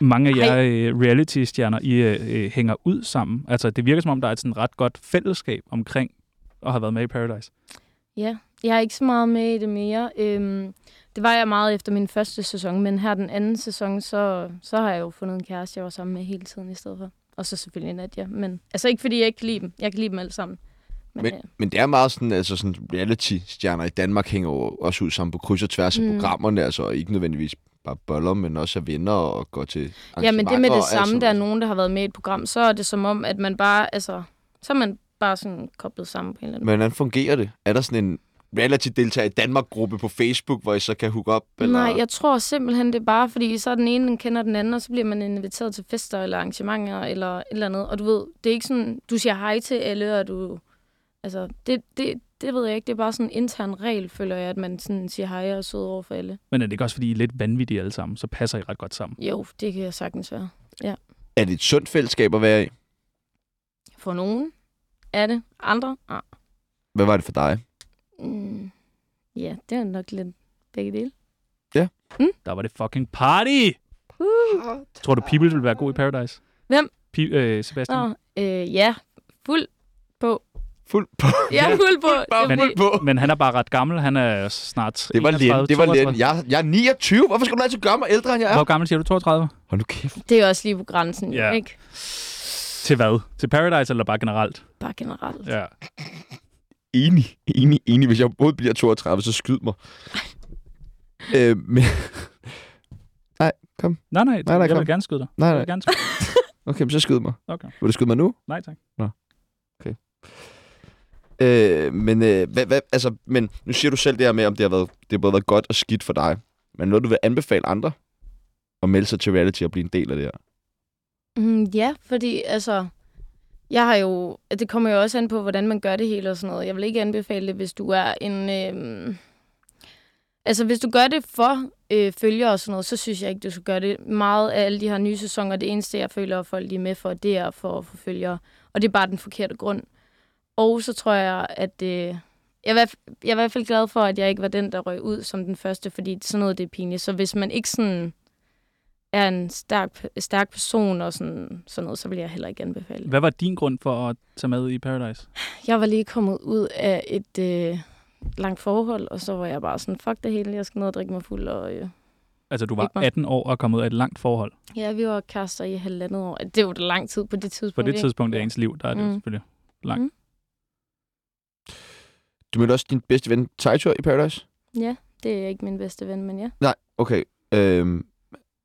Speaker 3: Mange af
Speaker 4: Ej.
Speaker 3: jer øh, reality-stjerner, I øh, øh, hænger ud sammen. Altså, det virker som om, der er et sådan ret godt fællesskab omkring at have været med i Paradise.
Speaker 4: Ja, jeg er ikke så meget med i det mere. Øhm, det var jeg meget efter min første sæson, men her den anden sæson, så, så har jeg jo fundet en kæreste, jeg var sammen med hele tiden i stedet for. Og så selvfølgelig Nadia. Men, altså ikke fordi jeg ikke kan lide dem. Jeg kan lide dem alle sammen. Men,
Speaker 1: Men,
Speaker 4: øh,
Speaker 1: men det er meget sådan, altså sådan reality-stjerner i Danmark hænger jo også ud sammen på kryds og tværs af
Speaker 4: Mm.
Speaker 1: programmerne, altså og ikke nødvendigvis bare boller, men også er venner og går til
Speaker 4: Ja, men det
Speaker 1: arrangementer
Speaker 4: med det
Speaker 1: og alt
Speaker 4: samme,
Speaker 1: sådan
Speaker 4: der er
Speaker 1: noget.
Speaker 4: nogen, der har været med i et program, så er det som om, at man bare, altså, så er man bare sådan koblet sammen på en eller anden
Speaker 1: Men hvordan fungerer det? Er der sådan en reality-deltager i Danmark-gruppe på Facebook, hvor I så kan hooke op?
Speaker 4: måde.
Speaker 1: Eller?
Speaker 4: Nej, jeg tror simpelthen, det er bare, fordi så er den ene, den kender den anden, og så bliver man inviteret til fester eller arrangementer eller et eller andet. Og du ved, det er ikke sådan, du siger hej til alle, og du... Altså, det, det, det ved jeg ikke. Det er bare sådan en intern regel, føler jeg, at man sådan siger hej og er sød over for alle.
Speaker 3: Men er det ikke også, fordi I er lidt vanvittige alle sammen, så passer I ret godt sammen?
Speaker 4: Jo, det kan jeg sagtens være.
Speaker 1: Er det et sundt fællesskab at være i?
Speaker 4: For nogen er det. Andre? Ah.
Speaker 1: Hvad var det for dig?
Speaker 4: Mm. Ja, det er nok lidt begge dele.
Speaker 3: Der var det fucking party! Tror du, People ville være god i Paradise?
Speaker 4: Hvem?
Speaker 3: Pi- øh, Sebastian.
Speaker 4: Nå, øh, ja, fuld på.
Speaker 1: Fuld på.
Speaker 4: Ja,
Speaker 3: Ja.
Speaker 4: fuld på.
Speaker 1: Bare
Speaker 4: Jamen,
Speaker 1: fuld på.
Speaker 3: Men han er bare ret gammel. Han er snart
Speaker 1: Det var
Speaker 3: 31,
Speaker 1: lidt. Det var
Speaker 3: 32.
Speaker 1: lidt. Jeg, jeg er 29. Hvorfor skal du altid gøre mig ældre, end jeg er?
Speaker 3: Hvor gammel siger du? 32?
Speaker 1: Hold nu kæft.
Speaker 4: det er også lige på grænsen,
Speaker 3: Ja.
Speaker 4: ja. ikke?
Speaker 3: Til hvad? Til Paradise eller bare generelt?
Speaker 4: Bare generelt.
Speaker 3: Ja.
Speaker 1: Enig, enig, enig. Hvis jeg både bliver 32, så skyd mig. øh, men...
Speaker 3: Nej, nej.
Speaker 1: nej,
Speaker 3: jeg
Speaker 1: kom.
Speaker 3: vil gerne skyde dig.
Speaker 1: Nej,
Speaker 3: Jeg
Speaker 1: nej.
Speaker 3: vil gerne skyde dig.
Speaker 1: Okay, men så skyd mig.
Speaker 3: Okay.
Speaker 1: Vil du skyde mig nu?
Speaker 3: Nej, tak.
Speaker 1: Øh, men, øh, hvad, hvad, altså, men nu siger du selv det her med, om det har, været, det har både været godt og skidt for dig. Men noget, du vil anbefale andre at melde sig til reality og blive en del af det her.
Speaker 4: Mm, ja, fordi altså, jeg har jo, det kommer jo også an på, hvordan man gør det hele og sådan noget. Jeg vil ikke anbefale det, hvis du er en, øhm, altså hvis du gør det for øh, følgere og sådan noget, så synes jeg ikke, du skal gøre det. Meget af alle de her nye sæsoner, det eneste, jeg føler, at folk de er med for, det er for at få følgere. Og det er bare den forkerte grund. Og så tror jeg, at øh, jeg, er, i hvert fald- jeg er i hvert fald glad for, at jeg ikke var den, der røg ud som den første, fordi sådan noget, det er pinligt. Så hvis man ikke sådan er en stærk, stærk person og sådan, sådan noget, så vil jeg heller ikke anbefale det.
Speaker 3: Hvad var din grund for at tage med i Paradise?
Speaker 4: Jeg var lige kommet ud af et øh, langt forhold, og så var jeg bare sådan, fuck det hele, jeg skal ned og drikke mig fuld. Og, øh.
Speaker 3: Altså, du var
Speaker 4: Ikke mig.
Speaker 3: 18 år og kom ud af et langt forhold.
Speaker 4: Ja, vi var kærester i halvandet år. Det var da lang tid på det tidspunkt.
Speaker 3: På det
Speaker 4: ikke?
Speaker 3: tidspunkt af ens liv, der er det jo
Speaker 4: Mm.
Speaker 3: selvfølgelig langt.
Speaker 4: Mm.
Speaker 1: Du mødte også din bedste ven, Taito, i Paradise?
Speaker 4: Ja, det er ikke min bedste ven, men ja.
Speaker 1: Nej, okay. Øhm,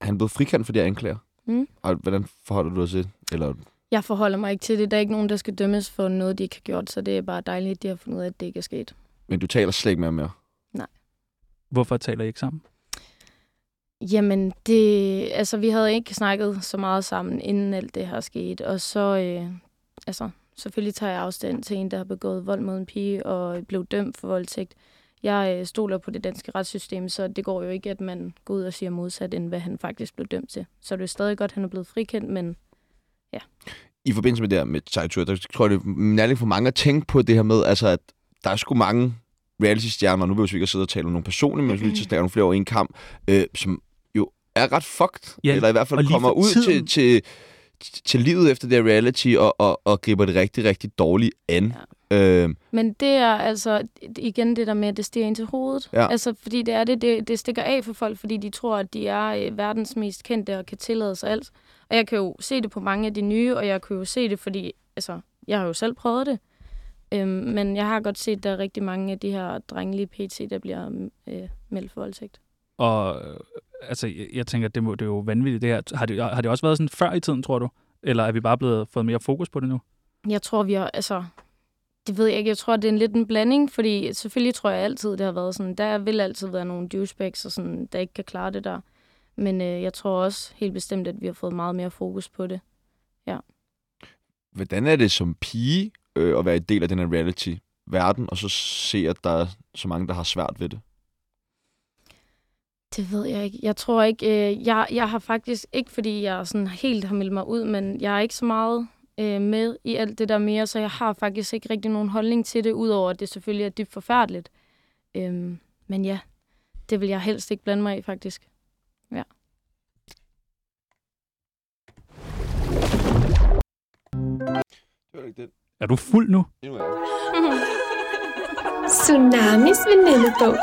Speaker 1: han blev frikendt for de her anklager.
Speaker 4: Mm.
Speaker 1: Og hvordan forholder du dig til det? Eller,
Speaker 4: Jeg forholder mig ikke til det. Der er ikke nogen, der skal dømmes for noget, de ikke har gjort, så det er bare dejligt, at de har fundet ud af, at det ikke er sket.
Speaker 1: men du taler slet ikke med ham mere.
Speaker 3: Hvorfor taler I ikke sammen?
Speaker 4: Jamen, det, altså, vi havde ikke snakket så meget sammen, inden alt det her skete. Og så, øh, altså, selvfølgelig tager jeg afstand til en, der har begået vold mod en pige og blev dømt for voldtægt. Jeg øh, stoler på det danske retssystem, så det går jo ikke, at man går ud og siger modsat, end hvad han faktisk blev dømt til. Så det er stadig godt, at han er blevet frikendt, men
Speaker 1: I forbindelse med det her med Taito, der tror jeg, det er nærligt for mange at tænke på det her med, altså, at der er sgu mange reality-stjerner, nu vil vi ikke sidde og tale om nogle personlige, men vi vil tale om flere over en kamp, øh, som jo er ret fucked,
Speaker 3: Ja,
Speaker 1: ja, eller i hvert
Speaker 3: og
Speaker 1: fald
Speaker 3: lige
Speaker 1: kommer
Speaker 3: for
Speaker 1: ud
Speaker 3: tiden.
Speaker 1: til, til, til livet efter det her reality, og, og, og griber det rigtig, rigtig dårligt an. Ja. Øh,
Speaker 4: Men det er altså igen det der med, at det stiger ind til hovedet.
Speaker 1: Ja.
Speaker 4: Altså, fordi det er det, det, det stikker af for folk, fordi de tror, at de er øh, verdens mest kendte og kan tillade sig alt. Og jeg kan jo se det på mange af de nye, og jeg kan jo se det, fordi altså, jeg har jo selv prøvet det. Øhm, men jeg har godt set, at der er rigtig mange af de her drengelige PT, der bliver øh, meldt for voldtægt.
Speaker 3: Og øh, altså, jeg, jeg tænker, det, må, det er jo vanvittigt det her. Har det, har det også været sådan før i tiden, tror du? Eller er vi bare blevet fået mere fokus på det nu?
Speaker 4: Jeg tror, vi har, altså, det ved jeg ikke, jeg tror, det er en lidt en blanding, fordi selvfølgelig tror jeg altid, det har været sådan, der vil altid være nogle douchebags, og sådan, der ikke kan klare det der. Men øh, jeg tror også helt bestemt, at vi har fået meget mere fokus på det.
Speaker 1: hvordan er det som pige øh, at være en del af den her reality-verden, og så se, at der er så mange, der har svært ved det?
Speaker 4: Det ved jeg ikke. Jeg tror ikke, øh, jeg, jeg har faktisk, ikke fordi jeg sådan helt har meldt mig ud, men jeg er ikke så meget øh, med i alt det der mere, så jeg har faktisk ikke rigtig nogen holdning til det, udover at det selvfølgelig er dybt forfærdeligt. Øhm, men ja, det vil jeg helst ikke blande mig i, faktisk.
Speaker 1: Det var ikke det.
Speaker 3: Er du fuld nu?
Speaker 1: Endnu er jeg.
Speaker 7: Tsunamis venindebog.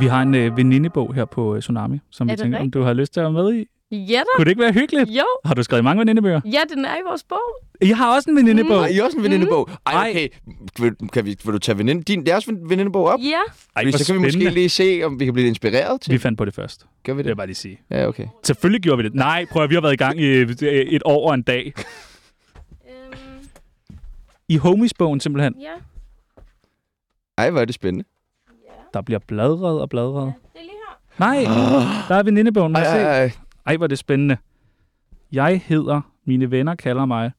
Speaker 3: Vi har en øh, venindebog her på øh, Tsunami, som
Speaker 4: Er
Speaker 3: vi
Speaker 4: det
Speaker 3: tænker, om
Speaker 4: rigtigt?
Speaker 3: du har lyst til at være med i.
Speaker 4: Ja da.
Speaker 3: Kunne det ikke være hyggeligt?
Speaker 4: Jo.
Speaker 3: Har du skrevet mange venindebøger?
Speaker 4: Ja, den er i vores bog.
Speaker 3: Jeg har også en venindebog.
Speaker 1: Har
Speaker 4: Mm.
Speaker 1: I også en venindebog? Ej,
Speaker 3: Mm-hmm. Ej.
Speaker 1: okay. Vil, kan vi, vil du tage veninde, din, deres venindebog op?
Speaker 4: Ja.
Speaker 3: Ej,
Speaker 1: Fordi
Speaker 3: hvor
Speaker 1: så kan vi måske
Speaker 3: spændende.
Speaker 1: lige se, om vi kan blive inspireret til.
Speaker 3: Vi fandt på det først. Det
Speaker 1: Gør vi
Speaker 3: vil jeg
Speaker 1: det?
Speaker 3: bare lige sige.
Speaker 1: Ja, okay.
Speaker 3: Selvfølgelig gjorde vi det. Nej, prøv at vi har været i gang i øh, et år og en dag.
Speaker 4: Øhm,
Speaker 3: I Homies-bogen simpelthen.
Speaker 4: ja.
Speaker 1: Ej, hvor er det spændende.
Speaker 3: Der bliver bladret og bladret.
Speaker 4: Det er lige her.
Speaker 3: Nej, der er venindebogen. Ah, Lad
Speaker 1: Ah. Ej,
Speaker 3: os se.
Speaker 1: ej, ej.
Speaker 3: Ej, hvor er det spændende. Jeg hedder, mine venner kalder mig,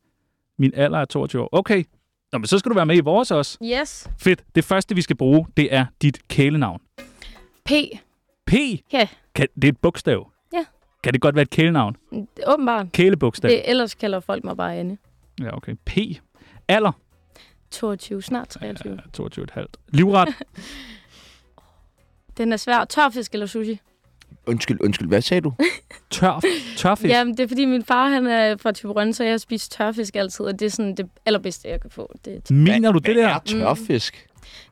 Speaker 3: min alder er 22 år. Okay, Nå, men så skal du være med i vores også.
Speaker 4: Yes.
Speaker 3: Fedt. Det første, vi skal bruge, det er dit kælenavn.
Speaker 4: P.
Speaker 3: P.
Speaker 4: Ja.
Speaker 3: Kan, det er et bogstav.
Speaker 4: Ja.
Speaker 3: Kan det godt være et kælenavn?
Speaker 4: Det- Åbenbart.
Speaker 3: Kælebogstav.
Speaker 4: Det, ellers kalder folk mig bare Anne.
Speaker 3: Ja, okay. P. Alder.
Speaker 4: 22, snart 23.
Speaker 3: 22,5. Livret.
Speaker 4: Den er svær. Tørfisk eller sushi?
Speaker 1: Undskyld, undskyld. Hvad sagde
Speaker 3: Mm.
Speaker 1: du?
Speaker 3: Tør. Tørfisk. Ja.
Speaker 4: Jamen, det er fordi min far, han er fra Typerøn, så jeg har spist tørfisk altid, og det er sådan det allerbedste, jeg kan få. Det,
Speaker 3: Mener du det
Speaker 1: Hvad
Speaker 3: der?
Speaker 1: er tørfisk?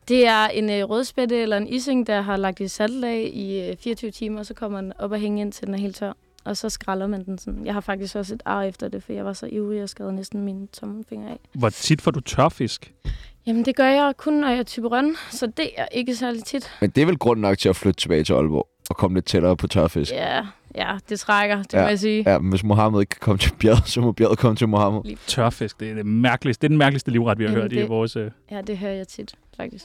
Speaker 4: det er en øh, rødspætte eller en ising, der har lagt i saltlag i øh, 24 timer, og så kommer den op og hænge ind, til den er helt tør. Og så skræller man den sådan. Jeg har faktisk også et ar efter det, for jeg var så ivrig og skadede næsten mine tommelfingre af.
Speaker 3: Hvor tit får du tørfisk?
Speaker 4: Jamen, det gør jeg kun, når jeg er Typerøn, så det er ikke særlig tit.
Speaker 1: Men det er vel grund nok til at flytte tilbage til Aalborg og komme lidt tættere på tørfisk.
Speaker 4: Ja, ja det trækker, det ja. må jeg sige.
Speaker 1: Ja, men hvis Mohammed ikke kan komme til bjerget, så må bjerget komme til Mohammed.
Speaker 3: Tørfisk, det er, det mærkeligste, det er den mærkeligste livret, vi har
Speaker 4: Jamen,
Speaker 3: hørt i
Speaker 4: det-
Speaker 3: vores... Øh...
Speaker 4: Ja, det hører jeg tit, faktisk.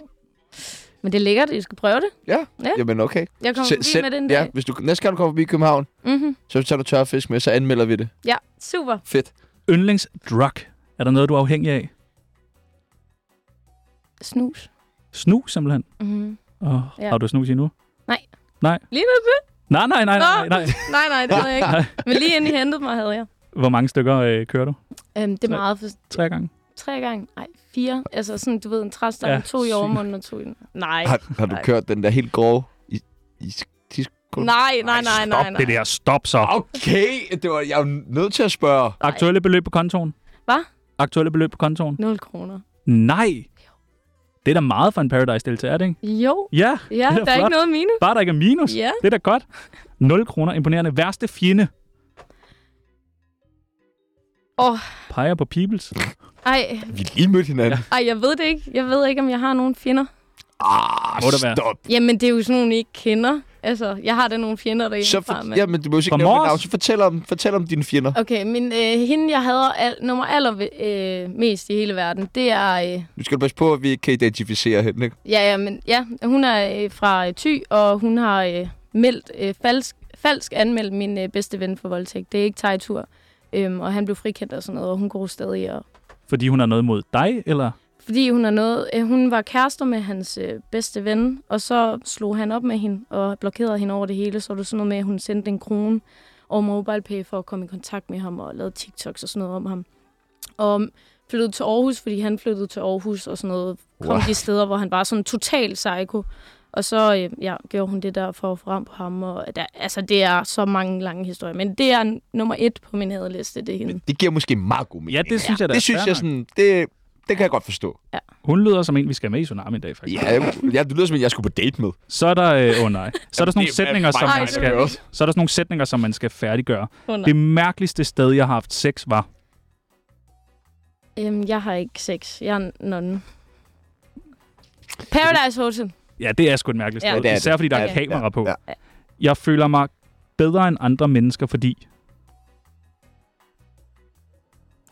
Speaker 4: Men det er lækkert, I skal prøve det. Ja.
Speaker 1: Jamen, okay.
Speaker 4: Jeg kommer
Speaker 1: Se-
Speaker 4: forbi
Speaker 1: send-
Speaker 4: med det en
Speaker 1: Ja,
Speaker 4: dag.
Speaker 1: hvis du, næste gang du kommer forbi København,
Speaker 4: Ja. Mm-hmm.
Speaker 1: så tager du tørfisk med, så anmelder vi det.
Speaker 4: ja, super.
Speaker 1: Fedt.
Speaker 3: Yndlingsdrug. Er der noget, du er afhængig af?
Speaker 4: Snus.
Speaker 3: Snus, simpelthen.
Speaker 4: Mm-hmm.
Speaker 3: Oh, ja.
Speaker 4: Ja.
Speaker 3: Har du snus endnu?
Speaker 4: Lige nu det?
Speaker 3: Nej, nej, nej, nej,
Speaker 4: Nå.
Speaker 3: nej.
Speaker 4: Nej, nej, det ved jeg ikke. Men lige inden I hentede mig, havde jeg.
Speaker 3: Hvor mange stykker øh, kører du?
Speaker 4: Øhm, det er
Speaker 3: Tre.
Speaker 4: meget for
Speaker 3: Tre gange?
Speaker 4: tre gange. Nej, fire. Altså sådan, du ved, en træstang.
Speaker 3: Ja,
Speaker 4: Ja, to i
Speaker 3: sygt.
Speaker 4: overmunden og to i... Nej.
Speaker 1: Har, har du
Speaker 4: Nej.
Speaker 1: kørt den der helt grove i, i skole?
Speaker 4: Nej, nej, nej,
Speaker 3: Stop
Speaker 4: nej, nej.
Speaker 3: det der. Stop så.
Speaker 1: Okay, det var, jeg var nødt til at spørge.
Speaker 3: Aktuelle beløb på kontoen?
Speaker 4: Hvad?
Speaker 3: Aktuelle beløb på kontoen?
Speaker 4: 0 kroner.
Speaker 3: Nej. Det er da meget for en Paradise-deltager, er det ikke?
Speaker 4: Jo.
Speaker 3: Ja,
Speaker 4: Ja,
Speaker 3: Det er
Speaker 4: der er
Speaker 3: flot.
Speaker 4: ikke noget minus.
Speaker 3: bare der ikke er minus.
Speaker 4: Ja.
Speaker 3: Det er da godt. 0 kroner. Imponerende. Værste fjende.
Speaker 4: Åh.
Speaker 3: Peger på Peoples.
Speaker 4: Ej,
Speaker 1: Vi lige mødte hinanden.
Speaker 4: ej, jeg ved det ikke. Jeg ved ikke, om jeg har nogen fjender.
Speaker 1: Ah,
Speaker 3: Må det være?
Speaker 1: stop.
Speaker 4: Jamen, det er jo sådan nogle, I ikke kender. Altså, jeg har da nogle fjender
Speaker 1: Så
Speaker 4: derhjemmefra.
Speaker 1: for,
Speaker 4: men-
Speaker 1: ja, men du må jo ikke
Speaker 3: Fra
Speaker 1: nævne mit
Speaker 3: Mors?
Speaker 1: navn, så fortæl om, fortæl om dine fjender.
Speaker 4: Okay, men øh, hende, jeg hader al, nummer aller øh, mest i hele verden, det er... Øh,
Speaker 1: Nu skal du passe på, at vi ikke kan identificere hende, ikke?
Speaker 4: ja, ja, men ja, hun er øh, fra øh, Thy, og hun har øh, meldt øh, falsk, falsk anmeldt min øh, bedste ven for voldtægt. Det er ikke Tejtur. Øhm, og han blev frikendt og sådan noget, og hun går stadig. Og,
Speaker 3: Fordi hun har noget mod dig, eller?
Speaker 4: fordi hun, er noget, øh, hun var kærester med hans øh, bedste ven, og så slog han op med hende og blokerede hende over det hele. Så var det sådan noget med, at hun sendte en krone over MobilePay for at komme i kontakt med ham og lavede TikToks og sådan noget om ham. Og flyttede til Aarhus, fordi han flyttede til Aarhus og sådan noget. Kom
Speaker 1: Wow.
Speaker 4: wow. de steder, hvor han var sådan total psyko. Og så øh, ja, gjorde hun det der for at få frem på ham. Og der, altså, det er så mange lange historier. Men det er n- nummer et på min hadeliste, det er hende.
Speaker 1: Men det giver måske meget god mening.
Speaker 3: Ja, det synes jeg da er
Speaker 1: det synes
Speaker 3: fair
Speaker 1: jeg
Speaker 3: nok.
Speaker 1: sådan, det, det kan jeg godt forstå.
Speaker 3: Hun lyder som en, vi skal have med i Tsunami i dag, faktisk.
Speaker 1: Ja, jeg, ja, det lyder som, en, jeg skulle på date med.
Speaker 3: Så er der... Øh, oh nej. Så er der sådan nogle
Speaker 1: Det er
Speaker 3: sætninger, som
Speaker 1: meget
Speaker 3: man
Speaker 4: det
Speaker 3: skal...
Speaker 4: er
Speaker 3: Så er der sådan nogle sætninger, som man skal færdiggøre.
Speaker 4: Hun er-
Speaker 3: Det mærkeligste sted, jeg har haft sex, var...
Speaker 4: Øhm, jeg har ikke sex. Jeg er en nonne. Paradise Hotel.
Speaker 3: Ja, det er sgu et mærkeligt
Speaker 4: Ja,
Speaker 3: sted.
Speaker 1: det er
Speaker 3: Især
Speaker 1: det.
Speaker 3: fordi der
Speaker 1: Ja,
Speaker 3: er kamera
Speaker 1: ja,
Speaker 3: på.
Speaker 1: ja.
Speaker 3: Jeg føler mig bedre end andre mennesker, fordi...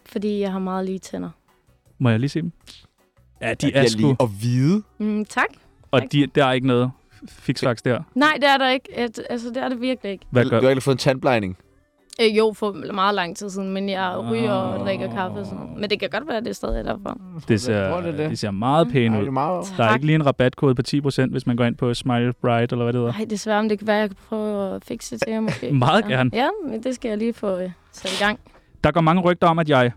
Speaker 4: Fordi jeg har meget lige tænder.
Speaker 3: Må jeg lige se dem? Ja, de
Speaker 1: Jeg
Speaker 3: er
Speaker 1: kan lige
Speaker 3: sgu...
Speaker 1: at vide.
Speaker 4: Mm, tak.
Speaker 3: Og de, der er ikke noget fiksvaks der.
Speaker 4: Nej, det er der ikke. Et- Altså, det er det virkelig ikke.
Speaker 3: Hvad
Speaker 1: Du har
Speaker 3: gør...
Speaker 1: ikke fået en tandplejning.
Speaker 4: Øh, jo, for meget lang tid siden, men jeg ryger og
Speaker 3: Åh.
Speaker 4: drikker kaffe og sådan noget. Men det kan godt være, at det er stadig derfor.
Speaker 3: Det
Speaker 1: Hvor er det
Speaker 3: ser,
Speaker 1: det?
Speaker 3: det ser meget pænt
Speaker 1: Nej, det
Speaker 3: ud.
Speaker 1: er meget...
Speaker 3: Der er
Speaker 4: Tak.
Speaker 3: ikke lige en rabatkode på 10%, hvis man går ind på Smile Bright, eller hvad det hedder.
Speaker 4: Nej, desværre, men det kan være, at jeg kan prøve at fikse det til jer måske.
Speaker 3: Meget
Speaker 4: Ja.
Speaker 3: gerne.
Speaker 4: Ja, men det skal jeg lige få øh, sat i gang.
Speaker 3: Der går mange rygter om, at jeg...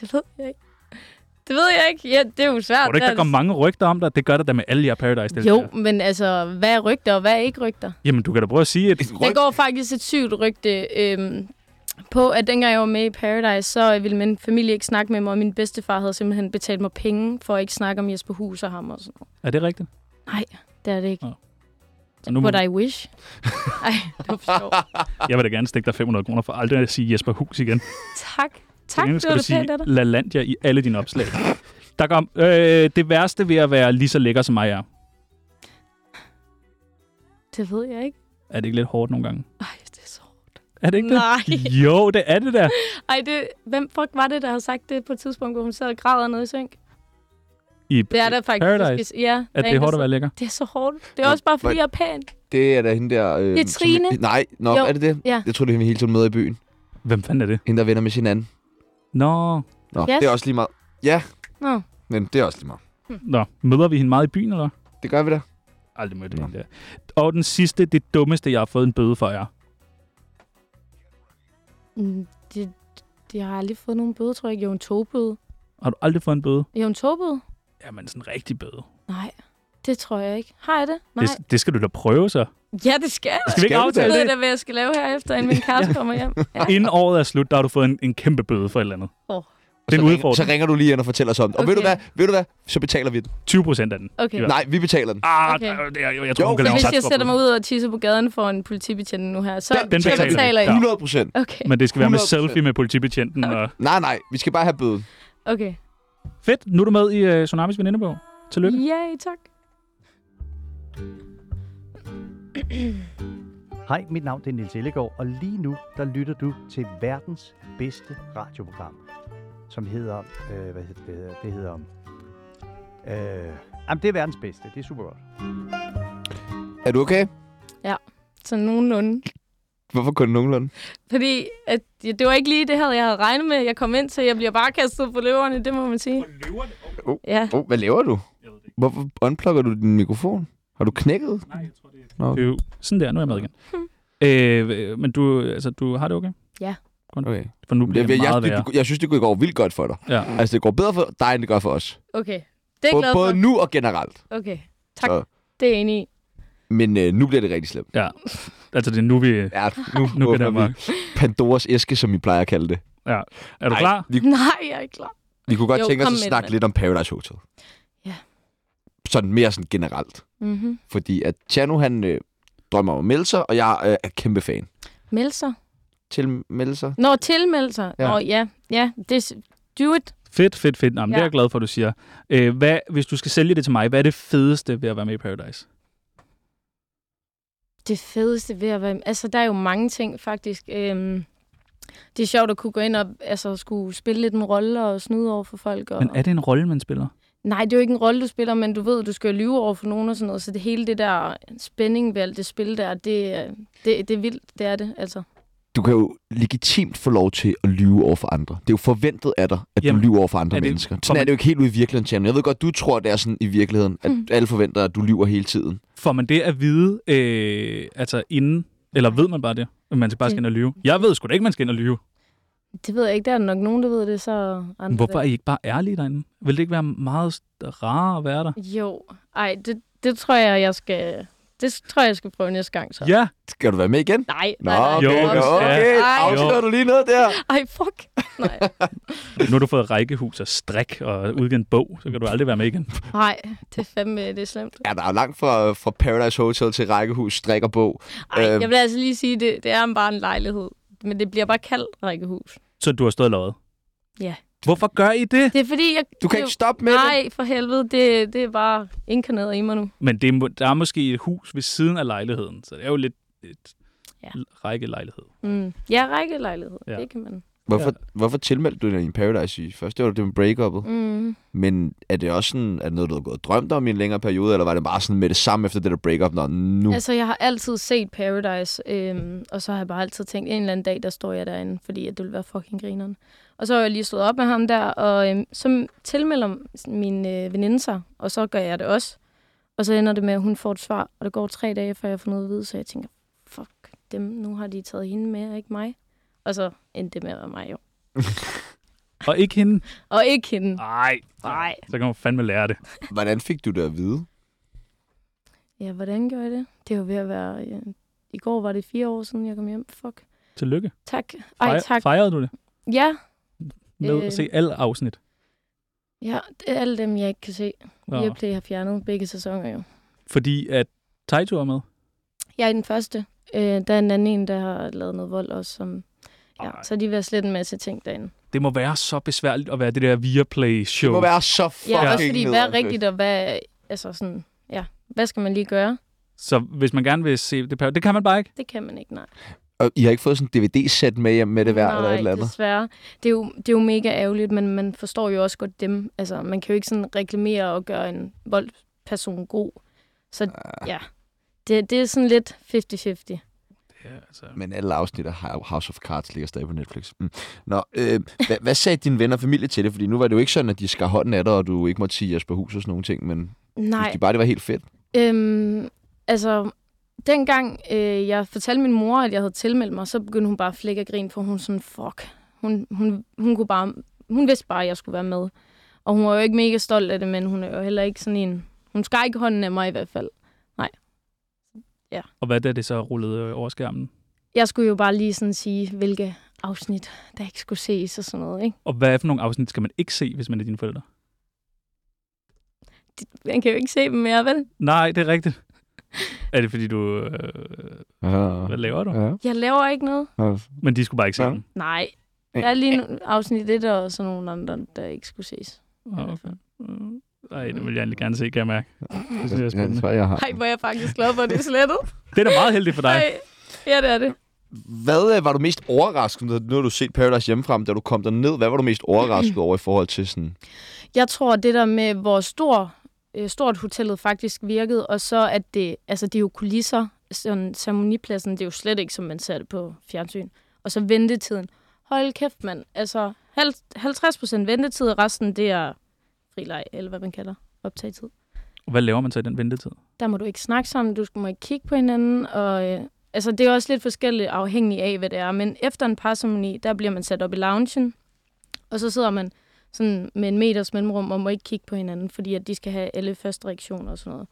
Speaker 4: Det ved jeg ikke. Det ved jeg ikke. Ja, det er jo svært.
Speaker 3: Tror du ikke,
Speaker 4: Det
Speaker 3: der
Speaker 4: er
Speaker 3: går mange rygter om dig? Det gør der da med alle jer paradise
Speaker 4: det- Jo, men altså, hvad er rygter, og hvad er ikke rygter?
Speaker 3: Jamen, du kan da prøve at sige et...
Speaker 4: Der går faktisk et sygt rygte øhm, på, at dengang jeg var med i Paradise, så ville min familie ikke snakke med mig, og min bedstefar havde simpelthen betalt mig penge for at ikke snakke om Jesper Hus og ham og sådan noget.
Speaker 3: Er det rigtigt?
Speaker 4: Det er det ikke.
Speaker 3: Nå. nu må
Speaker 4: What
Speaker 3: vi-
Speaker 4: I wish. Ej, det var for sjovt.
Speaker 3: Jeg vil da gerne stikke dig 500 kroner for aldrig at sige Jesper Hus igen.
Speaker 4: Tak. Tak,
Speaker 3: nu
Speaker 4: det
Speaker 3: skal
Speaker 4: var
Speaker 3: du
Speaker 4: det
Speaker 3: sige
Speaker 4: pænt af dig.
Speaker 3: LaLandia i alle dine opslag. Der kom, øh, det værste ved at være lige så lækker som mig er.
Speaker 4: Det ved jeg ikke.
Speaker 3: Er det ikke lidt hårdt nogle gange?
Speaker 4: Ej, det er så...
Speaker 3: Er det ikke det?
Speaker 4: Nej.
Speaker 3: Jo, det er det der.
Speaker 4: Ej, det, hvem fuck var det, der havde sagt det på et tidspunkt, hvor hun sad og græder nede i seng?
Speaker 3: I,
Speaker 4: Det er der faktisk.
Speaker 3: Paradise.
Speaker 4: Ja, der
Speaker 3: At
Speaker 4: er
Speaker 3: det er
Speaker 4: en,
Speaker 3: hårdt
Speaker 4: der
Speaker 3: at være lækker.
Speaker 4: siger, Det er så hårdt. Det er
Speaker 1: Nå,
Speaker 4: også bare, fordi
Speaker 1: hvad-
Speaker 4: jeg er pæn.
Speaker 1: Det er da hende der... Øh,
Speaker 4: Det er Trine.
Speaker 1: Som, nej, nå,
Speaker 4: Jo,
Speaker 1: er det det?
Speaker 4: ja.
Speaker 1: Jeg tror, det er hende vi hele tiden med i byen.
Speaker 3: Hvem fanden er det?
Speaker 1: Hende, der vender med sin anden.
Speaker 3: Nå,
Speaker 1: Nå,
Speaker 4: Yes.
Speaker 1: det er også lige meget. Ja,
Speaker 4: Nå.
Speaker 1: men det er også lige meget.
Speaker 3: Nå møder vi hende meget i byen, eller?
Speaker 1: Det gør vi da.
Speaker 3: Aldrig mødt
Speaker 1: Nå.
Speaker 3: hende der. Og den sidste, det dummeste, jeg har fået en bøde for jer.
Speaker 4: Mm, Det, det, jeg har aldrig fået nogen bøde, tror jeg ikke. Jo, en togbøde.
Speaker 3: Har du aldrig fået en bøde?
Speaker 4: Jo, en togbøde?
Speaker 3: Jamen, sådan en rigtig bøde.
Speaker 4: Nej, det tror jeg ikke. Har jeg det? Nej.
Speaker 3: Det, det skal du da prøve, så.
Speaker 4: Ja, det skal jeg.
Speaker 3: Skal vi ikke
Speaker 1: Skal vi
Speaker 3: aftale
Speaker 4: Jeg ved
Speaker 3: det?
Speaker 4: da, hvad jeg skal lave her efter, inden min kæreste kommer hjem. Ja.
Speaker 3: Inden året er slut, der har du fået en, en kæmpe bøde for et eller andet.
Speaker 1: Og
Speaker 3: Det er
Speaker 1: så
Speaker 3: en
Speaker 1: ringer-
Speaker 3: udfordring.
Speaker 1: Så ringer du lige ind og fortæller os om det. Og ved du
Speaker 4: Okay.
Speaker 1: hvad? Ved du hvad? Så betaler vi den.
Speaker 3: 20 procent af den.
Speaker 4: Okay.
Speaker 3: Ja.
Speaker 1: Nej, vi betaler den.
Speaker 3: Ah,
Speaker 4: Okay.
Speaker 3: okay. jeg, jeg, jeg tror,
Speaker 1: Jo,
Speaker 3: hun kan
Speaker 1: så
Speaker 3: lave
Speaker 4: Så
Speaker 3: en
Speaker 4: hvis jeg
Speaker 3: retsforbud.
Speaker 4: sætter mig ud og tisser på gaden for en politibetjent nu her, så
Speaker 1: Den- den
Speaker 4: så
Speaker 1: betaler vi.
Speaker 4: betaler I.
Speaker 3: Ja.
Speaker 1: 100 procent.
Speaker 4: Okay,
Speaker 3: Men det skal være med
Speaker 1: 100%.
Speaker 3: selfie med politibetjenten. Og...
Speaker 1: Nej, nej. Vi skal bare have bøden.
Speaker 4: okay.
Speaker 3: Fedt, nu er du med i uh, Tsunamis venindebog. Tillykke.
Speaker 4: Yay, tak.
Speaker 7: Hej, mit navn det er Nils Ellegaard, og lige nu der lytter du til verdens bedste radioprogram, som hedder, øh, hvad hedder det, hedder- det hedder, øh, jamen det er verdens bedste, det er super godt.
Speaker 1: Er du okay?
Speaker 4: Så nogenlunde.
Speaker 1: Hvorfor kun nogenlunde?
Speaker 4: Fordi at, ja, det var ikke lige det her, jeg havde regnet med. Jeg kom ind til, jeg bliver bare kastet på løverne, det må man sige.
Speaker 1: Oh.
Speaker 4: Ja,
Speaker 1: Oh, hvad laver du? Hvorfor unplugger du din mikrofon? Har du knækket?
Speaker 3: Det er jo sådan der, nu er jeg med igen. Øh, men du, altså, du har det okay?
Speaker 1: Okay.
Speaker 3: For nu bliver
Speaker 1: Jeg,
Speaker 3: det
Speaker 1: jeg,
Speaker 3: meget
Speaker 1: jeg,
Speaker 3: værre.
Speaker 1: jeg, jeg synes, det går vildt godt for dig.
Speaker 3: Ja.
Speaker 1: Altså, det går bedre for dig, end det gør for os.
Speaker 4: okay. Det er jeg
Speaker 1: Både,
Speaker 4: glad
Speaker 1: både
Speaker 4: for.
Speaker 1: nu og generelt.
Speaker 4: Okay, tak.
Speaker 1: Så-
Speaker 4: Det er jeg enig i.
Speaker 1: Men øh, nu bliver det rigtig slemt.
Speaker 3: ja. Altså, det er nu, vi...
Speaker 1: Ja, nu,
Speaker 3: Nu
Speaker 1: åbner
Speaker 3: bliver det
Speaker 1: vi
Speaker 3: mørkt.
Speaker 1: Pandoras æske, som vi plejer at kalde det.
Speaker 3: Er du
Speaker 1: Ej,
Speaker 3: klar?
Speaker 1: Vi,
Speaker 4: Nej, jeg er ikke klar.
Speaker 1: vi kunne godt
Speaker 4: Jo,
Speaker 1: tænke os
Speaker 4: kom
Speaker 1: at
Speaker 4: med det,
Speaker 1: snakke
Speaker 4: mand.
Speaker 1: lidt om Paradise Hotel.
Speaker 4: Ja.
Speaker 1: Sådan mere sådan generelt.
Speaker 4: Mm-hmm.
Speaker 1: Fordi at Chano, han øh, drømmer om at melde sig, og jeg øh, er kæmpe fan.
Speaker 4: Meld sig.
Speaker 1: Til melde sig?
Speaker 4: Nå, tilmeld sig.
Speaker 1: Ja.
Speaker 4: Ja. Nå, ja. Ja, det er... s- Do it.
Speaker 3: Fedt, fedt, fedt. Jamen, Det er
Speaker 4: Ja.
Speaker 3: jeg glad for, du siger. Øh, hvad, hvis du skal sælge det til mig, hvad er det fedeste ved at være med i Paradise?
Speaker 4: Det fedeste ved at være... Altså, der er jo mange ting, faktisk. Øhm, det er sjovt at kunne gå ind og altså, skulle spille lidt en rolle og snyde over for folk. Og...
Speaker 3: Men er det en rolle, man spiller?
Speaker 4: Nej, det er jo ikke en rolle, du spiller, men du ved, du skal jo lyve over for nogen og sådan noget. Så det hele det der spænding ved alt det spil der, det, er- det, det er vildt, det er det. Altså.
Speaker 1: Du kan jo legitimt få lov til at lyve over for andre. Det er jo forventet af dig, at Jamen,
Speaker 3: Jamen,
Speaker 1: du lyver over for andre
Speaker 3: er det-
Speaker 1: mennesker.
Speaker 3: får
Speaker 1: Sådan er
Speaker 3: man-
Speaker 1: det jo ikke helt ude i virkeligheden, Chano. Jeg ved godt, du tror, det er sådan i virkeligheden, at
Speaker 4: Mm.
Speaker 1: alle forventer, at du lyver hele tiden.
Speaker 3: Får man det at vide, øh, altså inden, eller ved man bare det? At man bare skal ind og lyve? Jeg ved sgu da ikke, man skal ind og lyve.
Speaker 4: Det ved jeg ikke, der er nok nogen, der ved det, så andre...
Speaker 3: Hvorfor er I ikke bare ærlige derinde? Vil det ikke være meget rarere at være der?
Speaker 4: Jo, ej, det, det tror jeg, jeg skal... Det tror jeg, jeg skal prøve næste gang, så.
Speaker 3: Ja,
Speaker 1: Skal du være med igen?
Speaker 4: Nej,
Speaker 1: Nå,
Speaker 4: nej, nej.
Speaker 1: okay,
Speaker 3: Jo,
Speaker 1: jo,
Speaker 3: jo,
Speaker 1: okay.
Speaker 4: ja. Ej.
Speaker 1: Afslører du lige noget der?
Speaker 4: Ej, fuck. Nej,
Speaker 3: nu har du fået rækkehus og strik og udgivet en bog, så kan du aldrig være med igen.
Speaker 4: nej, det er fandme, det er slemt.
Speaker 1: Ja, der er jo langt fra, fra Paradise Hotel til Rækkehus, strik og bog.
Speaker 4: Ej,
Speaker 1: Øhm.
Speaker 4: jeg vil altså lige sige, det, det er bare en lejlighed. Men det bliver bare kaldt rækkehus.
Speaker 3: Så du har stået og løjet?
Speaker 4: Ja.
Speaker 3: Hvorfor gør I det?
Speaker 4: Det er fordi, jeg...
Speaker 1: Du kan ikke stoppe med det.
Speaker 4: Nej, for helvede, det, det er bare inkarneret i mig nu.
Speaker 3: Men det er, må- der er måske et hus ved siden af lejligheden, så det er jo lidt et
Speaker 4: Ja.
Speaker 3: ja. rækkelejlighed.
Speaker 4: Mm. Ja, rækkelejlighed.
Speaker 3: Ja.
Speaker 4: Ja. Det kan man.
Speaker 1: Hvorfor, hvorfor tilmeldte du dig i Paradise i først? Det var det med break-uppet.
Speaker 4: Mm.
Speaker 1: Men er det også sådan, er det noget, du har gået og drømt om i en længere periode, eller var det bare sådan med det samme efter det der break-up? Nå, nu.
Speaker 4: Altså, jeg har altid set Paradise, øhm, og så har jeg bare altid tænkt, en eller anden dag, der står jeg derinde, fordi at det ville være fucking grineren. Og så har jeg lige slået op med ham der, og øhm, så tilmelder min øh, veninde sig, og så gør jeg det også. Og så ender det med, at hun får et svar, og det går tre dage, før jeg får noget at vide, så jeg tænker, fuck dem, nu har de taget hende med, og ikke mig. Og så endte det med at være mig, jo.
Speaker 3: Og ikke hende?
Speaker 4: Og ikke hende.
Speaker 3: Nej.
Speaker 4: Nej.
Speaker 3: Så kan man fandme lære det.
Speaker 1: Hvordan fik du det at vide?
Speaker 4: Ja, hvordan gjorde jeg det? Det var ved at være... Øh, I går var det fire år siden, jeg kom hjem. Fuck.
Speaker 3: Tillykke.
Speaker 4: Tak.
Speaker 3: Fejre-
Speaker 4: Ej, tak.
Speaker 3: Fejrede du det
Speaker 4: Ja,
Speaker 3: med øh.
Speaker 4: Øh.
Speaker 3: at se alle afsnit?
Speaker 4: ja. Det er alle dem, jeg ikke kan se.
Speaker 3: Ja.
Speaker 4: Viaplay har fjernet begge sæsoner jo.
Speaker 3: Fordi at Taito er med.
Speaker 4: Jeg er den første. Øh, der er en anden en, der har lavet noget vold også. Som, ja,
Speaker 3: Ej.
Speaker 4: så har de vil slet en masse ting derinde.
Speaker 3: Det må være så besværligt at være det der Viaplay-show.
Speaker 1: Det må være så fucking
Speaker 4: Ja, også fordi, hvad er
Speaker 1: nederen,
Speaker 4: rigtigt, og hvad, er- altså sådan, ja, hvad skal man lige gøre?
Speaker 3: Så hvis man gerne vil se det, per- det kan man bare ikke.
Speaker 4: Det kan man ikke, nej.
Speaker 1: Og I har ikke fået sådan en DVD-sæt med hjem med det hver
Speaker 4: Nej,
Speaker 1: eller et eller andet?
Speaker 4: desværre. Det er, jo, det er jo mega ærgerligt, men man forstår jo også godt dem. Altså, man kan jo ikke sådan reklamere og gøre en voldperson god. Så ja, det, det er sådan lidt 50-50.
Speaker 3: Ja, altså.
Speaker 1: Ah, Men alle afsnit af House of Cards ligger stadig på Netflix. Mm. Nå, øh, hvad, hvad sagde dine venner og familie til det? Fordi nu var det jo ikke sådan, at de skar hånden af dig, og du ikke måtte sige Jesper Hus og sådan nogle ting, men Nej. hvis
Speaker 4: Nej,
Speaker 1: de bare det var helt fedt.
Speaker 4: øhm, altså, dengang øh, jeg fortalte min mor, at jeg havde tilmeldt mig, så begyndte hun bare at flække og grine, for hun sådan, fuck. Hun, hun, hun, kunne bare, hun vidste bare, at jeg skulle være med. Og hun var jo ikke mega stolt af det, men hun er jo heller ikke sådan en... Hun skar ikke hånden af mig i hvert fald.
Speaker 3: Og hvad er det så rullet øh, over skærmen?
Speaker 4: jeg skulle jo bare lige sådan sige, hvilke afsnit, der ikke skulle ses og sådan noget, ikke?
Speaker 3: Og hvad er for nogle afsnit skal man ikke se, hvis man er dine forældre?
Speaker 4: Det- Man kan jo ikke se dem mere, vel?
Speaker 3: Nej, det er rigtigt. Er det fordi du... Øh, hvad laver du?
Speaker 1: Ja.
Speaker 4: Jeg laver ikke noget.
Speaker 3: Men de skulle bare ikke se
Speaker 1: Ja.
Speaker 3: dem.
Speaker 4: Nej. Der er lige nu- afsnit 1 og sådan nogle andre, der ikke skulle ses.
Speaker 3: Åh, okay. Mm. Ej, det vil jeg egentlig gerne se, kan jeg mærke. Det synes jeg er
Speaker 1: Ja, det
Speaker 3: spændende.
Speaker 1: tror jeg, jeg har.
Speaker 4: Nej, hvor er jeg faktisk glad for, at det er slettet.
Speaker 3: Det er da meget heldigt for dig.
Speaker 4: Ej. Ja, det er det.
Speaker 1: Hvad øh, var du mest overrasket over? Nu har du set Paradise hjemmefra, da du kom derned. Hvad var du mest overrasket over i forhold til sådan...
Speaker 4: Jeg tror, det der med, hvor stor, øh, stort hotellet faktisk virkede, og så at det, altså det er jo kulisser, sådan ceremonipladsen, det er jo slet ikke, som man ser det på fjernsyn. Og så ventetiden. Hold kæft, mand. Altså halv- 50 procent ventetid, og resten det er frileg, eller hvad man kalder optagetid.
Speaker 3: Hvad laver man så i den ventetid?
Speaker 4: Der må du ikke snakke sammen, du skal- må ikke kigge på hinanden, og øh, altså det er også lidt forskelligt afhængig af, hvad det er. Men efter en parceremoni, der bliver man sat op i loungen, og så sidder man sådan med en meters mellemrum og må ikke kigge på hinanden, fordi at de skal have alle første reaktioner og sådan noget.